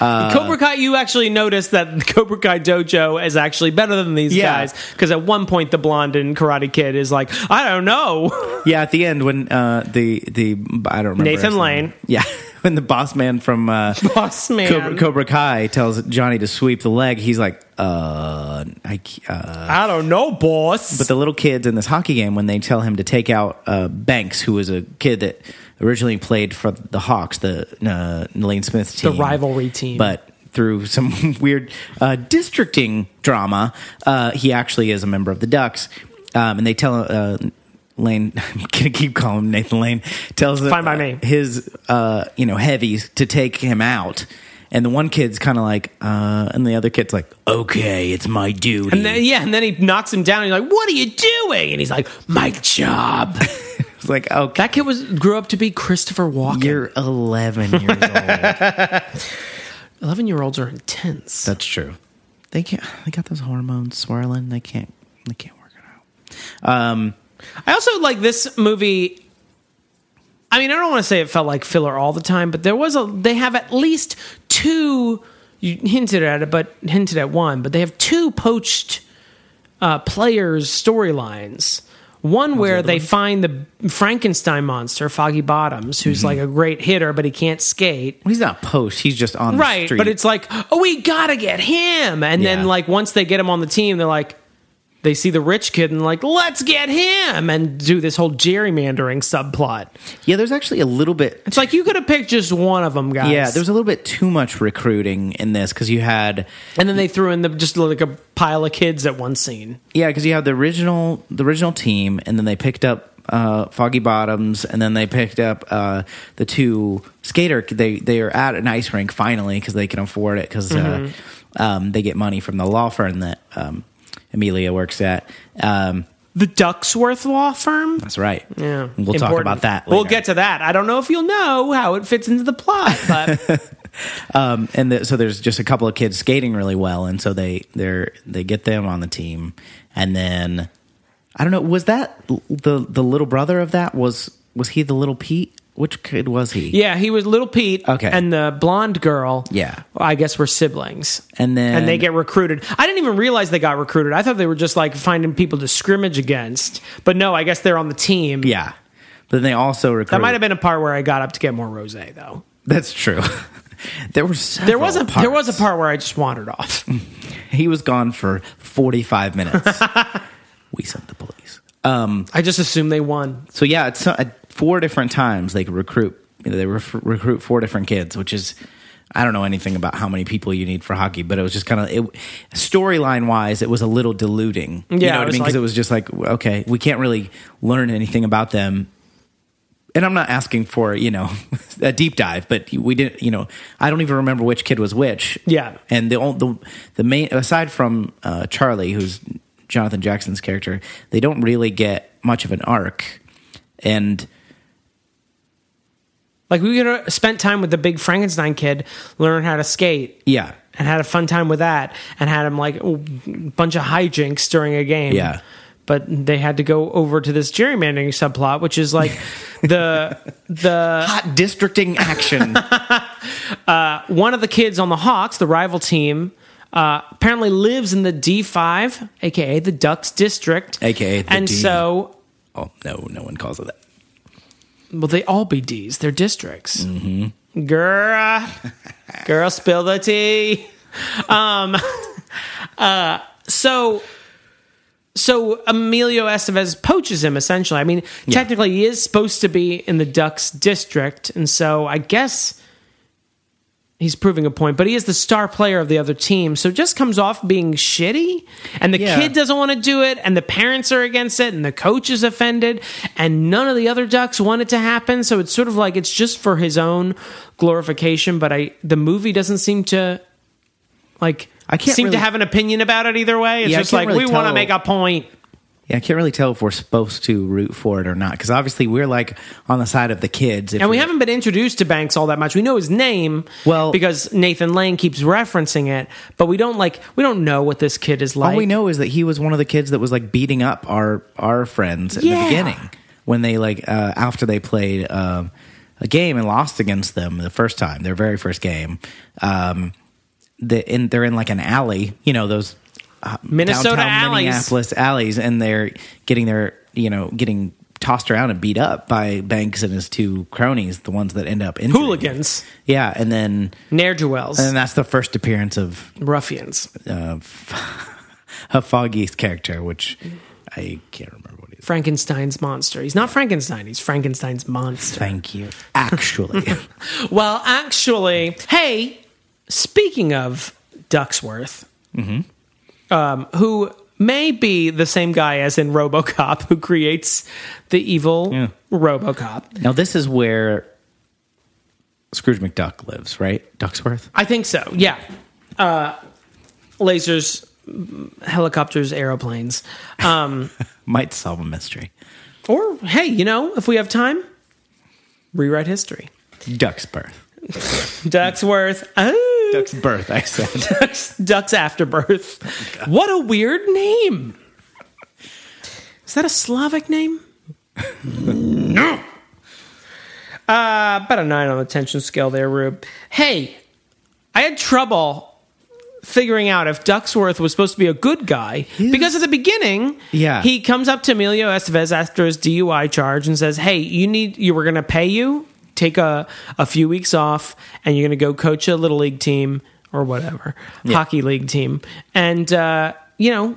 Speaker 1: Uh,
Speaker 2: Cobra Kai, you actually noticed that Cobra Kai Dojo is actually better than these
Speaker 1: Yeah.
Speaker 2: guys because at one point the blonde and Karate Kid is like, I don't know.
Speaker 1: yeah, at the end when uh, the the I don't remember
Speaker 2: Nathan
Speaker 1: his name.
Speaker 2: Lane.
Speaker 1: Yeah, when the boss man from uh,
Speaker 2: Boss man.
Speaker 1: Cobra, Cobra Kai tells Johnny to sweep the leg, he's like, uh, I, c- uh,
Speaker 2: I don't know, boss.
Speaker 1: But the little kids in this hockey game, when they tell him to take out uh, Banks, who was a kid that originally played for the Hawks, the uh, Lane Smith team,
Speaker 2: rivalry team.
Speaker 1: but through some weird uh, districting drama, uh, he actually is a member of the Ducks, um, and they tell. Uh, Lane, I'm gonna keep calling him Nathan Lane. Tells him,
Speaker 2: Fine by
Speaker 1: uh,
Speaker 2: me.
Speaker 1: his uh, you know heavies to take him out, and the one kid's kind of like, uh, and the other kid's like, okay, it's my duty.
Speaker 2: And then, yeah, and then he knocks him down. And he's like, "What are you doing?" And he's like, "My job."
Speaker 1: it's like, "Oh, okay,
Speaker 2: that kid was grew up to be Christopher Walken.
Speaker 1: You're 11 years old.
Speaker 2: Eleven year olds are intense.
Speaker 1: That's true. They can't. They got those hormones swirling. They can't. They can't work it out.
Speaker 2: I also like this movie. I mean, I don't want to say it felt like filler all the time, but there was a. They have at least two. You hinted at it, but hinted at one, but they have two poached uh, players' storylines. One where they find the Frankenstein monster, Foggy Bottoms, who's like a great hitter, but he can't skate.
Speaker 1: He's not post. He's just on the
Speaker 2: Right,
Speaker 1: street.
Speaker 2: but it's like, oh, we gotta get him. And
Speaker 1: Yeah.
Speaker 2: then like once they get him on the team, they're like, they see the rich kid and like, let's get him and do this whole gerrymandering subplot.
Speaker 1: yeah. There's actually a little bit.
Speaker 2: It's like you could have picked just one of them, guys.
Speaker 1: Yeah, there's a little bit too much recruiting in this because you had
Speaker 2: and then they threw in the just like a pile of kids at one scene.
Speaker 1: yeah because you had the original the original team and then they picked up uh, Foggy Bottoms and then they picked up uh, the two skater they they are at an ice rink finally because they can afford it because
Speaker 2: Mm-hmm.
Speaker 1: uh, um, they get money from the law firm that um, Amelia works at. Um,
Speaker 2: The Ducksworth Law Firm.
Speaker 1: that's right.
Speaker 2: Yeah,
Speaker 1: we'll talk
Speaker 2: important.
Speaker 1: about that.
Speaker 2: We'll
Speaker 1: later.
Speaker 2: get to that. I don't know if you'll know how it fits into the plot, but
Speaker 1: and the, so there's just a couple of kids skating really well, and so they they're they get them on the team, and then I don't know was that l- the the little brother of that was was he the little Pete? Which kid was he?
Speaker 2: yeah, he was little Pete.
Speaker 1: Okay.
Speaker 2: and the blonde girl.
Speaker 1: Yeah.
Speaker 2: I guess were siblings.
Speaker 1: And then
Speaker 2: and they get recruited. I didn't even realize they got recruited. I thought they were just like finding people to scrimmage against. But no, I guess they're on the team.
Speaker 1: yeah, but then they also recruit.
Speaker 2: That might have been a part where I got up to get more rosé though.
Speaker 1: that's true. there were
Speaker 2: There was a there was a
Speaker 1: parts. Mm.
Speaker 2: part where I just wandered off.
Speaker 1: he was gone for forty five minutes. we sent the police.
Speaker 2: I just assumed they won.
Speaker 1: So yeah, it's at four different times they could recruit. You know, they ref- recruit four different kids, which is I don't know anything about how many people you need for hockey, but it was just kind of storyline wise, it was a little diluting. you
Speaker 2: Yeah,
Speaker 1: know
Speaker 2: it
Speaker 1: what I
Speaker 2: was
Speaker 1: mean? Because
Speaker 2: like-
Speaker 1: it was just like okay, we can't really learn anything about them. And I'm not asking for you know a deep dive, but we didn't. You know, I don't even remember which kid was which.
Speaker 2: Yeah.
Speaker 1: and the on- the the main aside from uh, Charlie, who's Jonathan Jackson's character, they don't really get much of an arc and
Speaker 2: Like we could have spent time with the big Frankenstein kid, learn how to skate,
Speaker 1: yeah
Speaker 2: and had a fun time with that, and had him like a bunch of hijinks during a game.
Speaker 1: Yeah.
Speaker 2: But they had to go over to this gerrymandering subplot, which is like the the
Speaker 1: hot districting action
Speaker 2: one of the kids on the Hawks, the rival team, uh, apparently lives in the D5, aka the Ducks district,
Speaker 1: AKA the
Speaker 2: and
Speaker 1: D.
Speaker 2: so
Speaker 1: oh no no one calls it that
Speaker 2: well, they all be D's. They're districts. Mm-hmm. Girl, girl, spill the tea. Um, uh, so. So Emilio Estevez poaches him essentially. I mean, technically he is supposed to be in the Ducks district, and so I guess he's proving a point. But he is the star player of the other team, so just comes off being shitty. And the
Speaker 1: Yeah.
Speaker 2: kid doesn't want to do it, and the parents are against it, and the coach is offended, and none of the other Ducks want it to happen. So it's sort of like it's just for his own glorification. But I, the movie doesn't seem to like.
Speaker 1: I can't
Speaker 2: seem to
Speaker 1: really-
Speaker 2: have an opinion about it either way. It's
Speaker 1: Yeah, I
Speaker 2: just
Speaker 1: can't
Speaker 2: like
Speaker 1: really
Speaker 2: we want to
Speaker 1: tell-
Speaker 2: make a point.
Speaker 1: yeah I can't really tell if we're supposed to root for it or not because obviously we're like on the side of the kids if
Speaker 2: And we
Speaker 1: we're-
Speaker 2: haven't been introduced to Banks all that much. We know his name,
Speaker 1: Well-
Speaker 2: because Nathan Lane keeps referencing it, but we don't like we don't know what this kid is like.
Speaker 1: all we know is that he was one of the kids that was like beating up our our friends in
Speaker 2: Yeah.
Speaker 1: the beginning when they like uh, after they played um, a game and lost against them the first time their very first game um, the, in, they're in like an alley you know those
Speaker 2: Minnesota
Speaker 1: downtown
Speaker 2: alleys.
Speaker 1: Minneapolis alleys, and they're getting their you know getting tossed around and beat up by Banks and his two cronies, the ones that end up in
Speaker 2: Hooligans,
Speaker 1: Yeah, and then
Speaker 2: ne'er do wells,
Speaker 1: and that's the first appearance of
Speaker 2: ruffians.
Speaker 1: uh, a Foggy's character, which I can't remember what he's.
Speaker 2: Frankenstein's monster. He's not Frankenstein. He's Frankenstein's monster.
Speaker 1: Thank you. Actually,
Speaker 2: Well, actually, hey, speaking of Ducksworth, um, who may be the same guy as in RoboCop, who creates the evil
Speaker 1: Yeah.
Speaker 2: RoboCop.
Speaker 1: now this is where Scrooge McDuck lives, right? Ducksworth.
Speaker 2: I think so. Yeah, uh, lasers, helicopters, aeroplanes,
Speaker 1: Might solve a mystery.
Speaker 2: or hey, you know, if we have time, rewrite history.
Speaker 1: Duck's birth.
Speaker 2: Ducksworth. Oh.
Speaker 1: Duck's birth. I said.
Speaker 2: Ducks, Ducks Afterbirth. what a weird name. Is that a Slavic name? no. Uh, about a nine on the tension scale there, Rube. Hey, I had trouble figuring out if Ducksworth was supposed to be a good guy because at the beginning,
Speaker 1: Yeah.
Speaker 2: he comes up to Emilio Estevez after his DUI charge and says, "Hey, you need you were going to pay you take a a few weeks off and you're going to go coach a little league team or whatever hockey league team and uh, you know."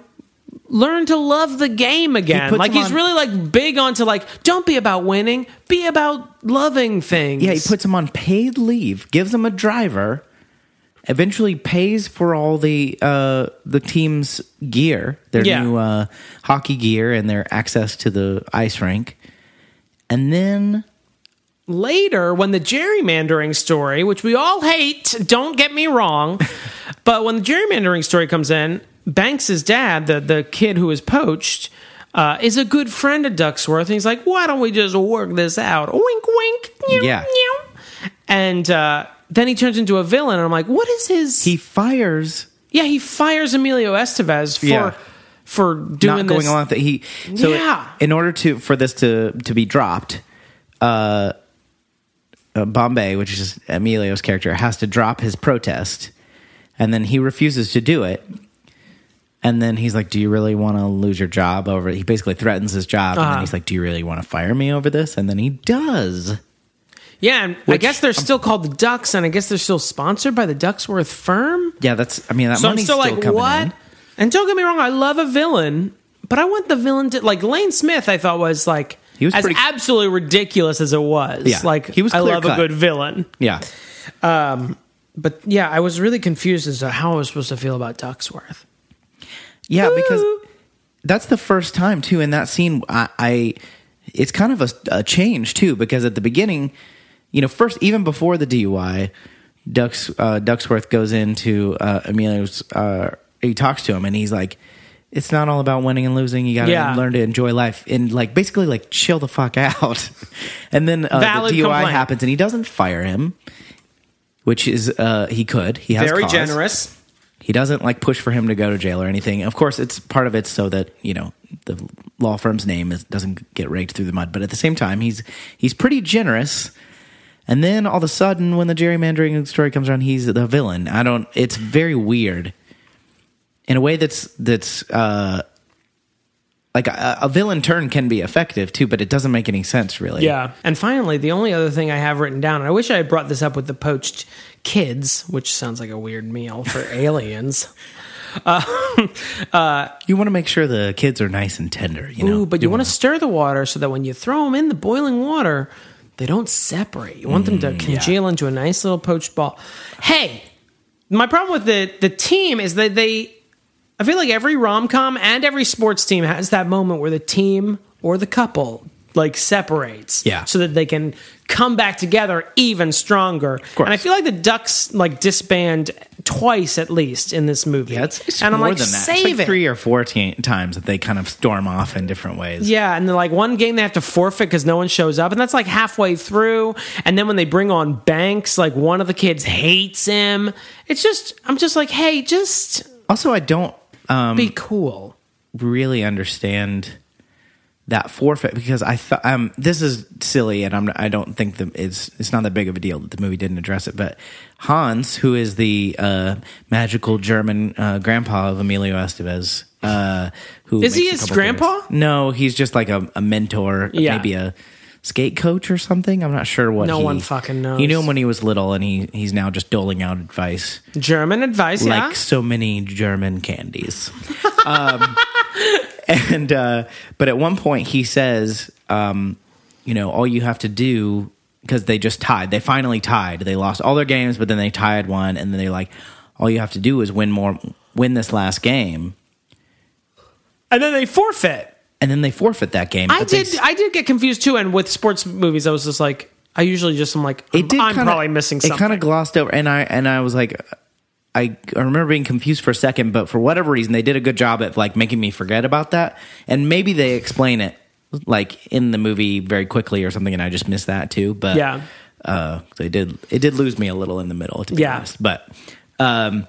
Speaker 2: Learn to love the game again.
Speaker 1: puts
Speaker 2: like
Speaker 1: him
Speaker 2: he's
Speaker 1: on-
Speaker 2: really like big onto like don't be about winning, be about loving things.
Speaker 1: Yeah, he puts him on paid leave, gives him a driver, eventually pays for all the uh, the team's gear, their
Speaker 2: Yeah.
Speaker 1: new uh, hockey gear, and their access to the ice rink, and then
Speaker 2: later when the gerrymandering story, which we all hate, don't get me wrong, but when the gerrymandering story comes in, Banks's dad, the the kid who was poached, uh, is a good friend of Ducksworth, and he's like, "Why don't we just work this out?" Wink, wink. Meow,
Speaker 1: Yeah.
Speaker 2: meow. And uh, then he turns into a villain, and I'm like, "What is his?"
Speaker 1: he fires
Speaker 2: yeah, he fires Emilio Estevez for
Speaker 1: Yeah.
Speaker 2: for doing
Speaker 1: not going
Speaker 2: this.
Speaker 1: along with it. He so
Speaker 2: Yeah.
Speaker 1: in order to for this to to be dropped, uh, uh, Bombay, which is Emilio's character, has to drop his protest, and then he refuses to do it. And then he's like, "Do you really want to lose your job over?" He basically threatens his job, and
Speaker 2: Uh-huh.
Speaker 1: then he's like, "Do you really want to fire me over this?" And then he does.
Speaker 2: Yeah, and I guess they're still called the Ducks, and I guess they're still sponsored by the Ducksworth firm.
Speaker 1: Yeah, that's. I mean, that
Speaker 2: So I'm
Speaker 1: money's
Speaker 2: still like,
Speaker 1: coming
Speaker 2: what?
Speaker 1: in.
Speaker 2: And don't get me wrong, I love a villain, but I want the villain to like Lane Smith. I thought was like
Speaker 1: He was
Speaker 2: as
Speaker 1: pretty-
Speaker 2: absolutely ridiculous as it was.
Speaker 1: Yeah.
Speaker 2: like
Speaker 1: He was
Speaker 2: I love a
Speaker 1: clear-cut.
Speaker 2: good villain,
Speaker 1: Yeah,
Speaker 2: but yeah, I was really confused as to how I was supposed to feel about Ducksworth.
Speaker 1: yeah, because
Speaker 2: Ooh.
Speaker 1: that's the first time too in that scene i, I it's kind of a, a change too because at the beginning you know first even before the dui ducks uh, ducksworth goes into uh, emilio's uh, he talks to him and he's like it's not all about winning and losing you gotta
Speaker 2: Yeah.
Speaker 1: learn to enjoy life and like basically like chill the fuck out and then uh,
Speaker 2: Valid
Speaker 1: the dui
Speaker 2: complaint.
Speaker 1: happens and he doesn't fire him which is uh, he could he has
Speaker 2: very
Speaker 1: cause.
Speaker 2: generous.
Speaker 1: He doesn't like push for him to go to jail or anything. Of course, it's part of it so that you know the law firm's name is, doesn't get raked through the mud. But at the same time, he's he's pretty generous. And then all of a sudden, when the gerrymandering story comes around, he's the villain. I don't. It's very weird in a way that's that's uh, like a, a villain turn can be effective too, but it doesn't make any sense really.
Speaker 2: Yeah. And finally, the only other thing I have written down, and I wish I had brought this up with the poached kids, which sounds like a weird meal for aliens.
Speaker 1: you want to make sure the kids are nice and tender. You know,
Speaker 2: Ooh, but you want to stir the water so that when you throw them in the boiling water, they don't separate. You want
Speaker 1: Mm,
Speaker 2: them to congeal into a nice little poached ball. Hey, my problem with the the team is that they. I feel like every rom com and every sports team has that moment where the team or the couple like separates,
Speaker 1: Yeah.
Speaker 2: so that they can come back together even stronger.
Speaker 1: course.
Speaker 2: And I feel like the Ducks like disband twice at least in this movie.
Speaker 1: Yeah, it's, it's
Speaker 2: and I'm
Speaker 1: more
Speaker 2: like,
Speaker 1: than that.
Speaker 2: save
Speaker 1: it's like
Speaker 2: it.
Speaker 1: three or four te- times that they kind of storm off in different ways.
Speaker 2: Yeah, and then like one game they have to forfeit because no one shows up, and that's like halfway through. And then when they bring on Banks, like one of the kids hates him. It's just, I'm just like, hey, just
Speaker 1: Also, I don't
Speaker 2: be cool.
Speaker 1: really understand that forfeit because I thought um, this is silly, and I'm I don't think that it's it's not that big of a deal that the movie didn't address it. But Hans, who is the uh, magical German uh, grandpa of Emilio Estevez, uh, who
Speaker 2: Is he
Speaker 1: makes a
Speaker 2: his
Speaker 1: couple things-
Speaker 2: grandpa?
Speaker 1: No, he's just like a, a mentor,
Speaker 2: Yeah.
Speaker 1: maybe a skate coach or something. I'm not sure what.
Speaker 2: No
Speaker 1: he-
Speaker 2: one fucking knows.
Speaker 1: He knew him when he was little, and he he's now just doling out advice
Speaker 2: German advice,
Speaker 1: like so many German candies. um, and uh, but at one point he says, um, you know, all you have to do because they just tied. They finally tied. They lost all their games, but then they tied one, and then they like, all you have to do is win more, win this last game,
Speaker 2: yeah. And then they forfeit.
Speaker 1: and then they forfeit that game.
Speaker 2: I
Speaker 1: but they
Speaker 2: did, I did get confused too. And with sports movies, I was just like, I usually just am like, I'm,
Speaker 1: it did
Speaker 2: I'm
Speaker 1: kinda-
Speaker 2: probably missing something.
Speaker 1: It kind of glossed over, and I and I was like, I, I remember being confused for a second, but for whatever reason, they did a good job at like making me forget about that, and maybe they explain it like in the movie very quickly or something, and I just missed that too. But
Speaker 2: Yeah.
Speaker 1: uh, they did it did lose me a little in the middle, to be
Speaker 2: Yeah.
Speaker 1: honest. But um,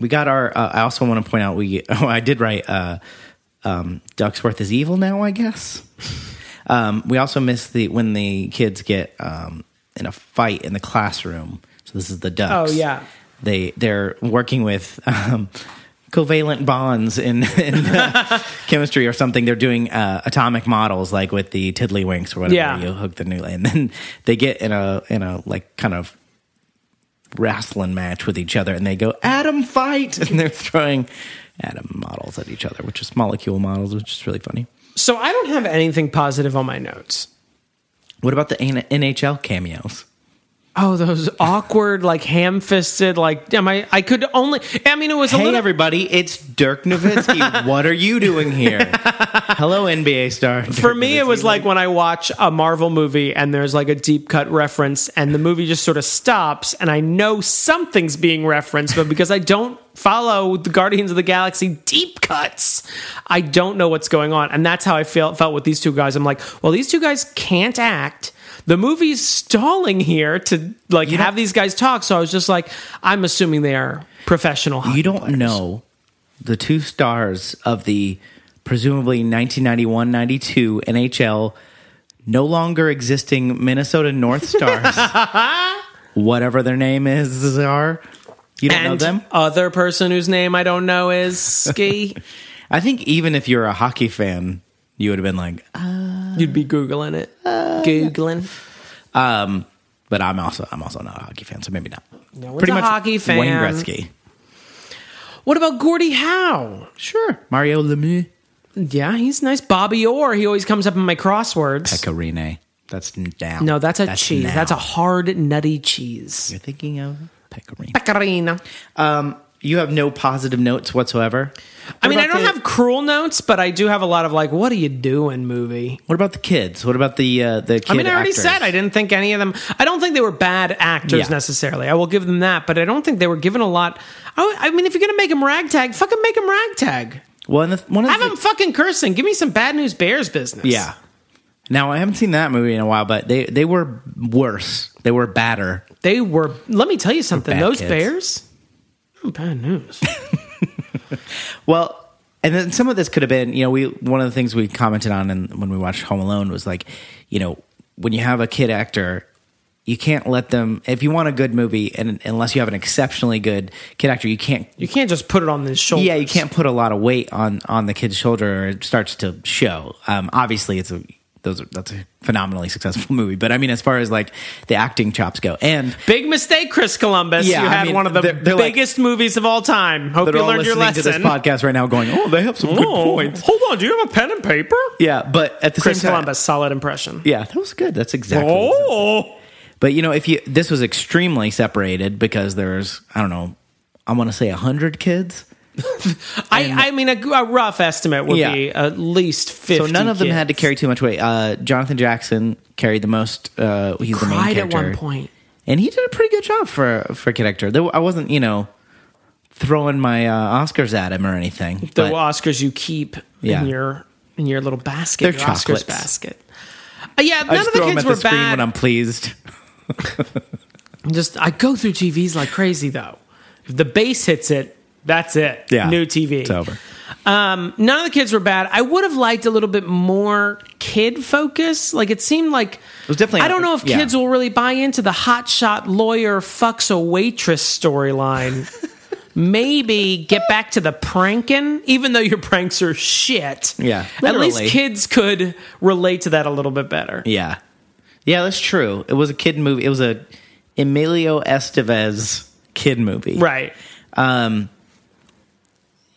Speaker 1: we got our. Uh, I also want to point out we. Oh, I did write. Uh, um, Ducksworth is evil now, I guess. Um, we also miss the when the kids get um, in a fight in the classroom. So this is the ducks.
Speaker 2: Oh, yeah.
Speaker 1: They they're working with um, covalent bonds in, in uh, chemistry or something. They're doing uh, atomic models like with the tiddlywinks or whatever.
Speaker 2: Yeah.
Speaker 1: You hook the new and then they get in a in a like kind of wrestling match with each other and they go atom fight and they're throwing atom models at each other which is molecule models which is really funny
Speaker 2: So I don't have anything positive on my notes.
Speaker 1: what about the N- nhl cameos
Speaker 2: Oh, those awkward, like ham-fisted, like am I? I could only. I mean, it was a
Speaker 1: hey
Speaker 2: little.
Speaker 1: everybody it's dirk nowitzki what are you doing here hello nba star
Speaker 2: for me, it was like when I watch a Marvel movie and there's like a deep cut reference, and the movie just sort of stops, and I know something's being referenced, but because I don't follow the Guardians of the Galaxy deep cuts, I don't know what's going on, and that's how I felt felt with these two guys. I'm like, well, these two guys can't act. The movie's stalling here to like have these guys talk, so I was just like, I'm assuming they are professional. hockey
Speaker 1: you don't
Speaker 2: players.
Speaker 1: know the two stars of the presumably 1991-92 NHL no longer existing Minnesota North Stars whatever their name is are you don't know
Speaker 2: And
Speaker 1: them
Speaker 2: other person whose name I don't know is Ski.
Speaker 1: I think even if you're a hockey fan you would have been like
Speaker 2: You'd be googling it, googling.
Speaker 1: um but I'm also I'm also not a hockey fan so maybe not
Speaker 2: one's a hockey fan.
Speaker 1: Wayne Gretzky
Speaker 2: What about Gordie Howe?
Speaker 1: sure Mario Lemieux
Speaker 2: Yeah, he's nice. Bobby Orr. He always comes up in my crosswords.
Speaker 1: Pecorine that's down
Speaker 2: No, that's a cheese. That's a hard nutty cheese.
Speaker 1: you're thinking of Pecorine
Speaker 2: Pecorino.
Speaker 1: Um, You have no positive notes whatsoever.
Speaker 2: I mean,
Speaker 1: What
Speaker 2: I
Speaker 1: about
Speaker 2: don't
Speaker 1: the-
Speaker 2: have cruel notes, but I do have a lot of like, "What are you doing?" Movie.
Speaker 1: What about the kids? What about the uh, the? Kid
Speaker 2: I mean, I already
Speaker 1: actors?
Speaker 2: said I didn't think any of them. I don't think they were bad actors
Speaker 1: Yeah.
Speaker 2: necessarily. I will give them that, but I don't think they were given a lot. I, I mean, if you're gonna make them ragtag, fucking make them ragtag.
Speaker 1: Well, and the, one of
Speaker 2: Have
Speaker 1: the,
Speaker 2: them fucking cursing. Give me some bad news bears business.
Speaker 1: yeah. Now I haven't seen that movie in a while, but they they were worse. They were badder.
Speaker 2: They were. Let me tell you something.
Speaker 1: Bad
Speaker 2: Those
Speaker 1: kids.
Speaker 2: bears. oh, Bad news.
Speaker 1: Well, and then some of this could have been, you know, we one of the things we commented on in, when we watched Home Alone was like, you know, when you have a kid actor, you can't let them. If you want a good movie, and unless you have an exceptionally good kid actor, you can't
Speaker 2: you can't just put it on the shoulder.
Speaker 1: Yeah, you can't put a lot of weight on on the kid's shoulder, or it starts to show. Um, obviously, it's a those are, that's a phenomenally successful movie, but I mean, as far as like the acting chops go, and
Speaker 2: Big mistake, Chris Columbus.
Speaker 1: Yeah,
Speaker 2: you
Speaker 1: I
Speaker 2: had
Speaker 1: mean,
Speaker 2: one of the
Speaker 1: they're- they're like-
Speaker 2: biggest movies of all time. Hope
Speaker 1: they're
Speaker 2: you
Speaker 1: all
Speaker 2: learned your
Speaker 1: listening
Speaker 2: lesson.
Speaker 1: to this podcast right now, going, "Oh, they have some good
Speaker 2: Oh,
Speaker 1: points."
Speaker 2: Hold on, do you have a pen and paper?
Speaker 1: Yeah, but at the
Speaker 2: Chris
Speaker 1: same time,
Speaker 2: Columbus, solid impression.
Speaker 1: yeah, that was good. That's exactly.
Speaker 2: Oh,
Speaker 1: But you know, if you this was extremely separated because there's I don't know, I want to say hundred kids.
Speaker 2: I, I mean, a, a rough estimate would
Speaker 1: Yeah.
Speaker 2: be at least
Speaker 1: So
Speaker 2: fifty.
Speaker 1: none of them had to
Speaker 2: kids.
Speaker 1: carry too much weight. Uh, Jonathan Jackson carried the most. Uh, he's the main
Speaker 2: Cried at
Speaker 1: character.
Speaker 2: one point.
Speaker 1: and he did a pretty good job for for Kid Actor. Though I wasn't, you know, throwing my uh, Oscars at him or anything.
Speaker 2: the
Speaker 1: but
Speaker 2: Oscars you keep
Speaker 1: Yeah.
Speaker 2: in your in your little basket,
Speaker 1: They're
Speaker 2: your Oscars
Speaker 1: chocolates.
Speaker 2: basket. Uh, yeah,
Speaker 1: I
Speaker 2: none
Speaker 1: just
Speaker 2: of the
Speaker 1: throw him
Speaker 2: kids
Speaker 1: at
Speaker 2: were
Speaker 1: the screen
Speaker 2: bad.
Speaker 1: when I'm pleased.
Speaker 2: Just I go through TVs like crazy though. If the bass hits it, that's it.
Speaker 1: Yeah,
Speaker 2: New TV.
Speaker 1: It's over.
Speaker 2: Um, none of the kids were bad. I would have liked a little bit more kid focus. Like it seemed like it
Speaker 1: was definitely-
Speaker 2: I don't know if
Speaker 1: yeah.
Speaker 2: kids will really buy into the hotshot lawyer fucks a waitress storyline. Maybe get back to the pranking, even though your pranks are shit.
Speaker 1: Yeah,
Speaker 2: at least
Speaker 1: literally.
Speaker 2: kids could relate to that a little bit better.
Speaker 1: Yeah, yeah, that's true. It was a kid movie. It was a Emilio Estevez kid movie.
Speaker 2: Right.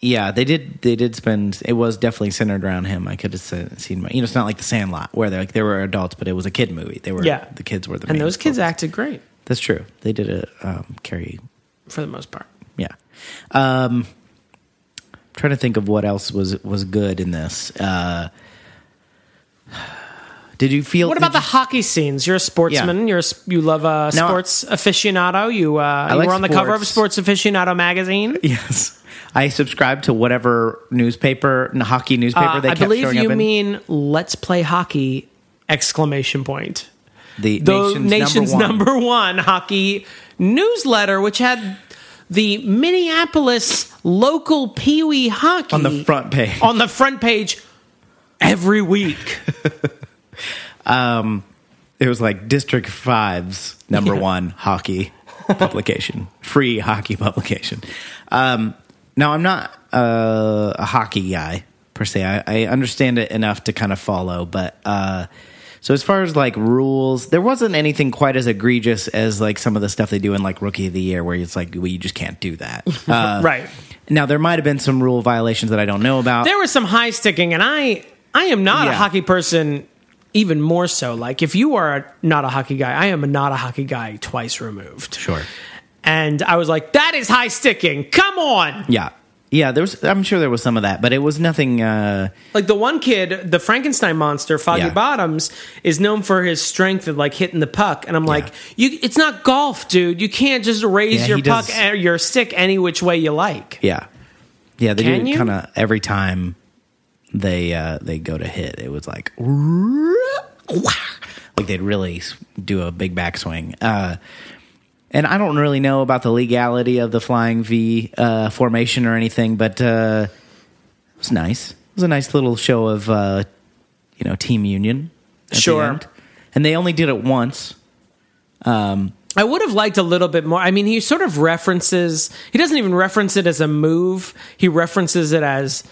Speaker 1: Yeah, they did. They did spend. It was definitely centered around him. I could have se- seen. My, you know, it's not like The Sandlot where they're like there were adults, but it was a kid movie. They were.
Speaker 2: Yeah.
Speaker 1: the kids were the
Speaker 2: And
Speaker 1: main
Speaker 2: those kids
Speaker 1: focus.
Speaker 2: acted great
Speaker 1: That's true. They did a um, carry
Speaker 2: for the most part.
Speaker 1: Yeah. Um, trying to think of what else was was good in this. Uh, did you feel?
Speaker 2: What about the hockey scenes? You're a sportsman.
Speaker 1: Yeah.
Speaker 2: You're a, s- you love uh,
Speaker 1: Now,
Speaker 2: sports aficionado. You uh, you
Speaker 1: like
Speaker 2: were on the cover of
Speaker 1: sports.
Speaker 2: Sports Aficionado magazine.
Speaker 1: the yes? I subscribed to whatever newspaper, n- hockey newspaper
Speaker 2: Uh,
Speaker 1: they
Speaker 2: I
Speaker 1: kept
Speaker 2: believe
Speaker 1: showing
Speaker 2: you
Speaker 1: up in.
Speaker 2: mean "Let's play hockey!" Exclamation point.
Speaker 1: the
Speaker 2: The
Speaker 1: nation's,
Speaker 2: nation's
Speaker 1: number one.
Speaker 2: number one hockey newsletter, which had the Minneapolis local Pee Wee hockey
Speaker 1: on the front page.
Speaker 2: on the front page every week.
Speaker 1: Um, it was like District Five's number
Speaker 2: Yeah.
Speaker 1: one hockey publication, free hockey publication. Um, now I'm not uh, a hockey guy per se. I, I understand it enough to kind of follow, but uh, so as far as like rules, there wasn't anything quite as egregious as like some of the stuff they do in like Rookie of the Year, where it's like, well, you just can't do that. Uh,
Speaker 2: Right.
Speaker 1: Now there might have been some rule violations that I don't know about.
Speaker 2: There was some high sticking, and I I am not a
Speaker 1: Yeah.
Speaker 2: hockey person. Even more so, like if you are not a hockey guy, I am not a hockey guy twice removed.
Speaker 1: sure.
Speaker 2: And I was like, that is high sticking. Come on.
Speaker 1: Yeah. Yeah, there was I'm sure there was some of that, but it was nothing uh
Speaker 2: Like the one kid, the Frankenstein monster, Foggy
Speaker 1: Yeah.
Speaker 2: Bottoms, is known for his strength of like hitting the puck, and I'm like, you, it's not golf, dude. You can't just raise
Speaker 1: Yeah,
Speaker 2: your
Speaker 1: he
Speaker 2: puck
Speaker 1: does-
Speaker 2: or your stick any which way you like.
Speaker 1: yeah. Yeah, they
Speaker 2: Can
Speaker 1: do
Speaker 2: you?
Speaker 1: it kind of every time they uh they go to hit. It was like like they'd really s- do a big backswing. Uh and I don't really know about the legality of the flying V uh formation or anything, but uh it was nice. It was a nice little show of uh you know, team union. at the
Speaker 2: Sure.
Speaker 1: end. And they only did it once.
Speaker 2: I would have liked a little bit more. I mean, he sort of references, he doesn't even reference it as a move. He references it as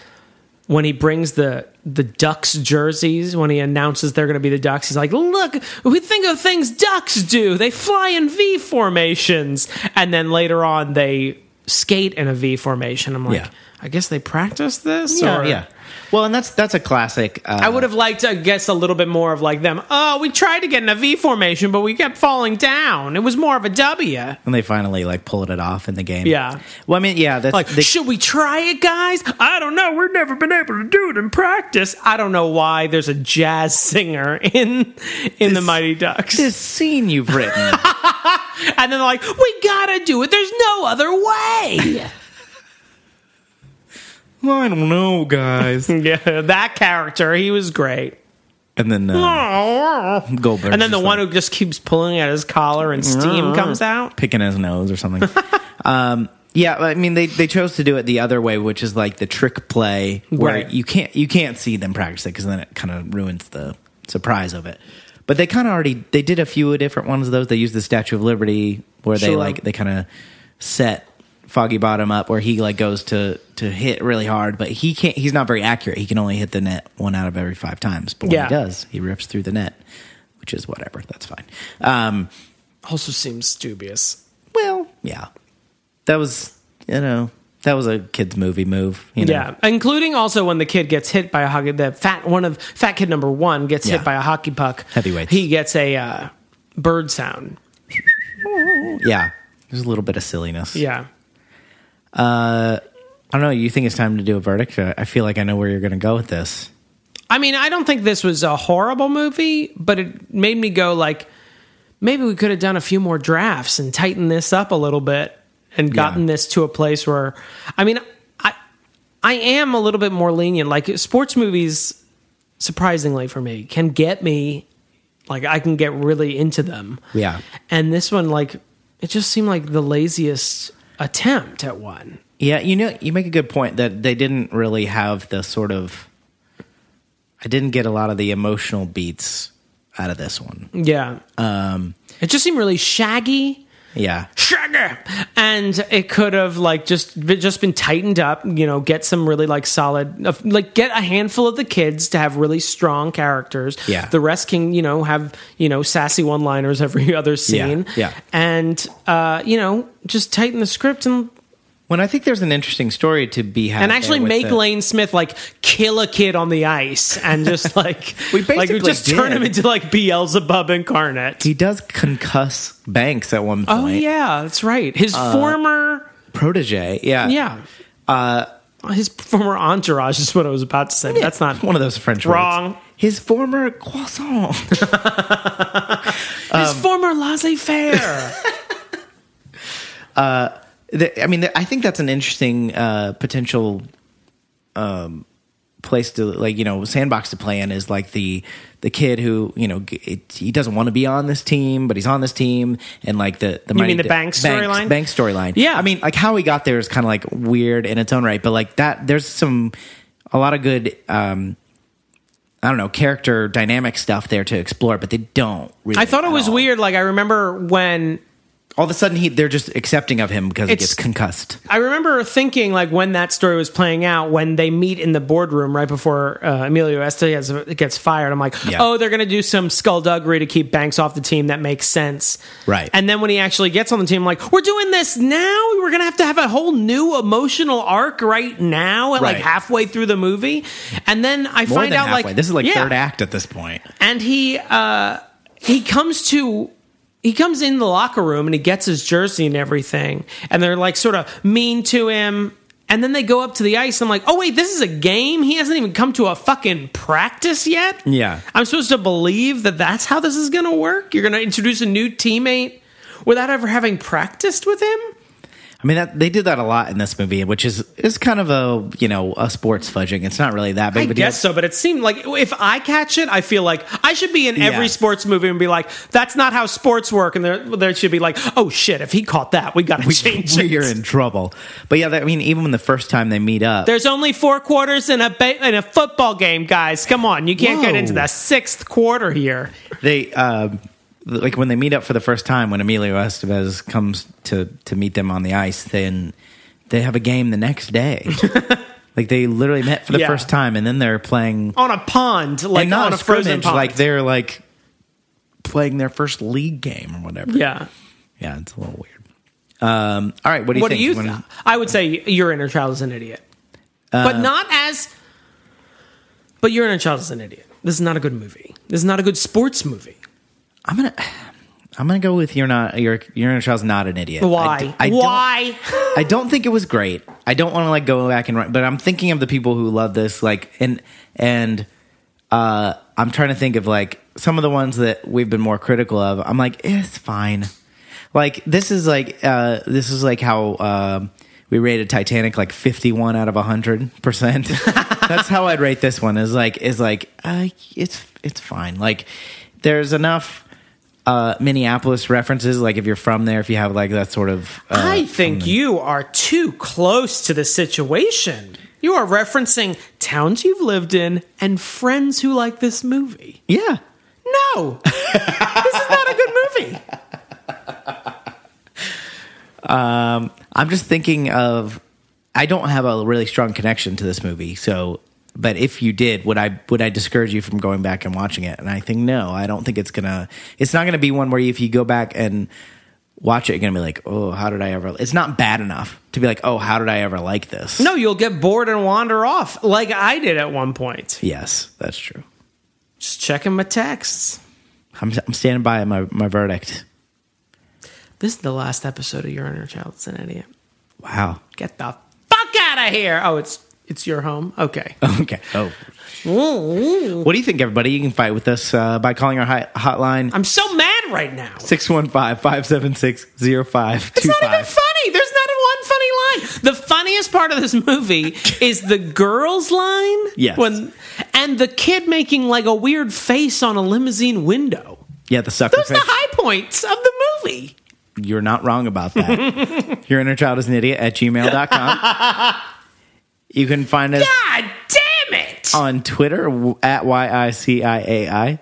Speaker 2: when he brings the the Ducks jerseys, when he announces they're going to be the Ducks, he's like, "Look, we think of things Ducks do. They fly in V formations." And then later on they skate in a V formation. I'm like,
Speaker 1: Yeah.
Speaker 2: "I guess they practice this?"
Speaker 1: Yeah,
Speaker 2: or-
Speaker 1: yeah. Well, and that's that's a classic. Uh,
Speaker 2: I would have liked, I guess, a little bit more of like them. Oh, we tried to get in a V formation, but we kept falling down. It was more of a W.
Speaker 1: and they finally like pulled it off in the game.
Speaker 2: Yeah.
Speaker 1: Well, I mean, yeah, that's
Speaker 2: Like,
Speaker 1: they-
Speaker 2: should we try it, guys? I don't know. We've never been able to do it in practice. I don't know why there's a jazz singer in in the Mighty Ducks,
Speaker 1: this scene you've written.
Speaker 2: and then they're like, we gotta do it. There's no other way.
Speaker 1: well, I don't know, guys. and
Speaker 2: yeah, that character, he was great.
Speaker 1: then uh,
Speaker 2: and
Speaker 1: Goldberg,
Speaker 2: then the one who just keeps pulling at his collar and steam comes out.
Speaker 1: picking his nose or something. um, yeah, I mean, they they chose to do it the other way, which is like the trick play where
Speaker 2: Right.
Speaker 1: you can't you can't see them practice it because then it kind of ruins the surprise of it. But they kind of already they did a few different ones of those. They used the Statue of Liberty where they
Speaker 2: Sure.
Speaker 1: like they kind of set Foggy Bottom up where he like goes to to hit really hard, but he can't. He's not very accurate. He can only hit the net one out of every five times. But when
Speaker 2: Yeah.
Speaker 1: he does, he rips through the net, which is whatever. That's fine. Um,
Speaker 2: Also seems dubious.
Speaker 1: well, yeah, that was you know that was a kids movie move. You know?
Speaker 2: Yeah, including also when the kid gets hit by a hockey. The fat one of fat kid number one gets
Speaker 1: Yeah.
Speaker 2: hit by a hockey puck.
Speaker 1: Heavyweights.
Speaker 2: He gets a uh, bird sound.
Speaker 1: yeah. There's a little bit of silliness.
Speaker 2: Yeah.
Speaker 1: I don't know. You think it's time to do a verdict? I I feel like I know where you're going to go with this.
Speaker 2: I mean, I don't think this was a horrible movie, but it made me go like, maybe we could have done a few more drafts and tightened this up a little bit and gotten this to a place where, I mean, I I am a little bit more lenient. Like sports movies, surprisingly for me, can get me, like I can get really into them.
Speaker 1: Yeah.
Speaker 2: And this one, like, it just seemed like the laziest attempt at one.
Speaker 1: Yeah, you know, you make a good point that they didn't really have the sort of. I didn't get a lot of the emotional beats out of this one.
Speaker 2: Yeah. Um, it just seemed really shaggy.
Speaker 1: Yeah.
Speaker 2: Sugar. And it could have like just just been tightened up, you know, get some really like solid uh, like get a handful of the kids to have really strong characters.
Speaker 1: Yeah.
Speaker 2: The rest can, you know, have, you know, sassy one-liners every other scene.
Speaker 1: yeah.
Speaker 2: And uh, you know, just tighten the script and
Speaker 1: When I think there's an interesting story to be had,
Speaker 2: and
Speaker 1: there
Speaker 2: actually
Speaker 1: with
Speaker 2: make
Speaker 1: the-
Speaker 2: Lane Smith like kill a kid on the ice and just like
Speaker 1: We
Speaker 2: like
Speaker 1: basically
Speaker 2: just turn
Speaker 1: did.
Speaker 2: him into like Beelzebub incarnate.
Speaker 1: He does concuss Banks at one point.
Speaker 2: Oh yeah, that's right. His
Speaker 1: Uh,
Speaker 2: former
Speaker 1: Protege. Yeah.
Speaker 2: yeah. Uh his former entourage is what I was about to say. but That's not
Speaker 1: one of those French
Speaker 2: Wrong.
Speaker 1: words. His former croissant.
Speaker 2: his former laissez faire.
Speaker 1: The- I mean, the- I think that's an interesting uh, potential um, place to like you know sandbox to play in is like the the kid who you know g- it, he doesn't want to be on this team, but he's on this team, and like the the you
Speaker 2: mean the Banks storyline?
Speaker 1: Banks storyline.
Speaker 2: Yeah.
Speaker 1: I mean, like how he got there is kind of like weird in its own right, but like that there's some a lot of good. um I don't know character dynamic stuff there to explore, but they don't. really
Speaker 2: I thought it
Speaker 1: at
Speaker 2: was
Speaker 1: all.
Speaker 2: weird. Like I remember when
Speaker 1: All of a sudden, he they're just accepting of him because he gets
Speaker 2: It's-
Speaker 1: concussed.
Speaker 2: I remember thinking like when that story was playing out when they meet in the boardroom right before uh, Emilio Estevez gets fired. I'm like,
Speaker 1: Yeah.
Speaker 2: oh, they're going to do some skullduggery to keep Banks off the team. That makes sense,
Speaker 1: Right.
Speaker 2: And then when he actually gets on the team, I'm like, we're doing this now. We're going to have to have a whole new emotional arc right now, and like
Speaker 1: Right.
Speaker 2: halfway through the movie. And then I
Speaker 1: More
Speaker 2: find
Speaker 1: than
Speaker 2: out
Speaker 1: halfway.
Speaker 2: like
Speaker 1: this is like
Speaker 2: yeah
Speaker 1: third act at this point.
Speaker 2: and he uh, he comes to he comes in the locker room and he gets his jersey and everything and they're like sort of mean to him and then they go up to the ice and i'm like oh wait this is a game he hasn't even come to a fucking practice yet
Speaker 1: Yeah.
Speaker 2: i'm supposed to believe that that's how this is gonna work you're gonna introduce a new teammate without ever having practiced with him
Speaker 1: I mean, that, they did that a lot in this movie, which is is kind of a you know a sports fudging. It's not really that big.
Speaker 2: I
Speaker 1: of a deal.
Speaker 2: guess so, but it seemed like if I catch it, I feel like I should be in every
Speaker 1: Yeah.
Speaker 2: sports movie and be like, "That's not how sports work," and there, there should be like, "Oh shit, if he caught that, we got to change it."
Speaker 1: You're in trouble. But yeah, that, I mean, even when the first time they meet up,
Speaker 2: There's only four quarters in a ba- in a football game, guys. Come on, you can't get
Speaker 1: Whoa.
Speaker 2: into the sixth quarter here.
Speaker 1: they um, like when they meet up for the first time when Emilio Estevez comes to to meet them on the ice, then they have a game the next day. like they literally met for the
Speaker 2: Yeah.
Speaker 1: first time, and then they're playing
Speaker 2: On a pond, like
Speaker 1: and not
Speaker 2: on
Speaker 1: a
Speaker 2: a frozen
Speaker 1: scrimmage,
Speaker 2: pond.
Speaker 1: like they're like playing their first league game or whatever.
Speaker 2: yeah.
Speaker 1: Yeah, it's a little weird. Um, all right, what do you
Speaker 2: What do
Speaker 1: think?
Speaker 2: you?
Speaker 1: wanna-
Speaker 2: Th- I would say your inner child is an idiot,
Speaker 1: Uh,
Speaker 2: but not as. But your inner child is an idiot. This is not a good movie. This is not a good sports movie.
Speaker 1: I'm gonna. I'm gonna go with you're not you're you're Child's not an idiot. I d-
Speaker 2: Why?
Speaker 1: I don't- Uh,
Speaker 2: Why?
Speaker 1: I don't think it was great. I don't want to like go back and write, but I'm thinking of the people who love this. Like and and uh, I'm trying to think of like some of the ones that we've been more critical of. I'm like, eh, it's fine. Like this is like uh, this is like how um we rated Titanic like 51 out of 100 percent. That's how I'd rate this one. Is like is like uh, it's it's fine. Like there's enough. Uh, Minneapolis references, like if you're from there, if you have like that sort of, uh,
Speaker 2: I think you are too close to the situation. You are referencing towns you've lived in and friends who like this movie.
Speaker 1: yeah,
Speaker 2: No, this is not a good movie.
Speaker 1: I'm just thinking of I don't have a really strong connection to this movie, so but if you did, would I would I discourage you from going back and watching it? And I think no, I don't think it's gonna it's not gonna be one where if you go back and watch it, you're gonna be like, Oh, how did I ever it's not bad enough to be like, Oh, how did I ever like this?
Speaker 2: No, you'll get bored and wander off like I did at one point.
Speaker 1: Yes, that's true.
Speaker 2: Just checking my texts.
Speaker 1: I'm I'm standing by my, my verdict.
Speaker 2: This is the last episode of Your Inner Child. It's an idiot.
Speaker 1: Wow.
Speaker 2: Get the fuck out of here. Oh, it's it's your home. Okay.
Speaker 1: Okay. Oh. What do you think, everybody? You can fight with us uh, by calling our hi- hotline
Speaker 2: I'm so mad right now.
Speaker 1: 615-576-0525.
Speaker 2: It's not even funny. There's not one funny line. The funniest part of this movie is the girl's line.
Speaker 1: Yes.
Speaker 2: When and the kid making like a weird face on a limousine window.
Speaker 1: Yeah, the sucker
Speaker 2: Those are the
Speaker 1: fish.
Speaker 2: high points of the movie.
Speaker 1: You're not wrong about that. Your inner child is an idiot at gmail.com. you can find us
Speaker 2: God damn it!
Speaker 1: on Twitter w- at YICIAI.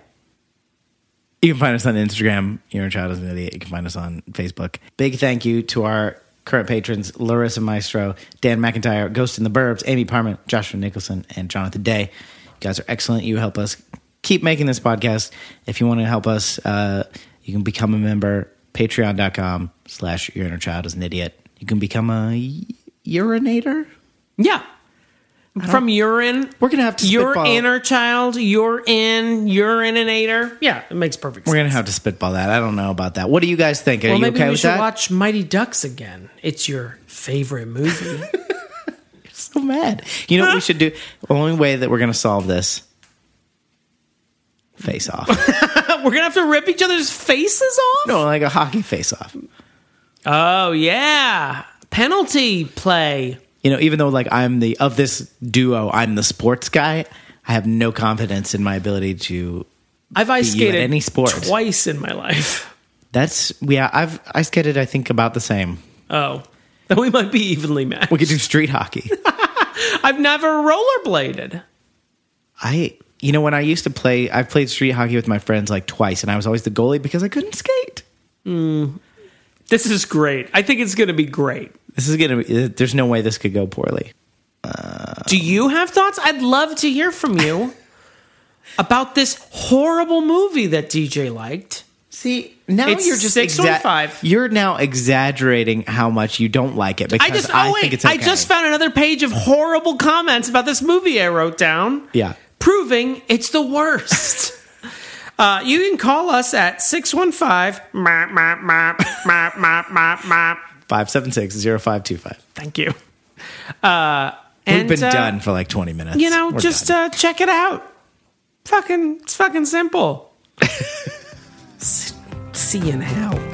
Speaker 1: You can find us on Instagram, Your Inner Child is an Idiot. You can find us on Facebook. Big thank you to our current patrons, Larissa Maestro, Dan McIntyre, Ghost in the Burbs, Amy Parman, Joshua Nicholson, and Jonathan Day. You guys are excellent. You help us keep making this podcast. If you want to help us, uh, you can become a member, patreon.com slash Your Inner Child is an Idiot. You can become a y- urinator.
Speaker 2: Yeah. From urine.
Speaker 1: We're gonna have to
Speaker 2: Your
Speaker 1: spitball-
Speaker 2: inner child, you're in, urininator. Yeah, it makes perfect sense.
Speaker 1: We're gonna have to spitball that. I don't know about that. What do you guys think? Are
Speaker 2: well,
Speaker 1: you
Speaker 2: maybe
Speaker 1: okay
Speaker 2: we
Speaker 1: with
Speaker 2: should
Speaker 1: that?
Speaker 2: watch Mighty Ducks again. It's your favorite movie.
Speaker 1: so mad. You know what we should do? The only way that we're gonna solve this. Face off.
Speaker 2: We're gonna have to rip each other's faces off.
Speaker 1: no, like a hockey face off.
Speaker 2: Oh yeah, penalty play.
Speaker 1: You know, even though like I'm the of this duo, I'm the sports guy. I have no confidence in my ability to.
Speaker 2: I've ice
Speaker 1: you at
Speaker 2: skated
Speaker 1: any sport.
Speaker 2: twice in my life.
Speaker 1: That's yeah. I've I skated. I think about the same.
Speaker 2: Oh, then we might be evenly matched.
Speaker 1: We could do street hockey.
Speaker 2: I've never rollerbladed.
Speaker 1: I you know, when I used to play, I played street hockey with my friends like twice, and I was always the goalie because I couldn't skate.
Speaker 2: This is great. I think it's going to be great.
Speaker 1: This is gonna be. There's no way this could go poorly.
Speaker 2: Do you have thoughts? I'd love to hear from you about this horrible movie that DJ liked.
Speaker 1: See, now
Speaker 2: It's
Speaker 1: you're just
Speaker 2: six or five.
Speaker 1: You're now exaggerating how much you don't like it because
Speaker 2: I
Speaker 1: I,
Speaker 2: just oh
Speaker 1: think
Speaker 2: wait,
Speaker 1: it's okay.
Speaker 2: I just found another page of horrible comments about this movie I wrote down.
Speaker 1: Yeah.
Speaker 2: Proving it's the worst. uh, you can call us at 615 mop, mop, mop, mop, mop, mop, mop.
Speaker 1: five seven six zero five two five.
Speaker 2: Thank you. Uh,
Speaker 1: We've
Speaker 2: and,
Speaker 1: been
Speaker 2: uh,
Speaker 1: done for like twenty minutes.
Speaker 2: You know,
Speaker 1: We're
Speaker 2: just
Speaker 1: done.
Speaker 2: uh, check it out. Fucking, it's fucking simple. S- See you in hell.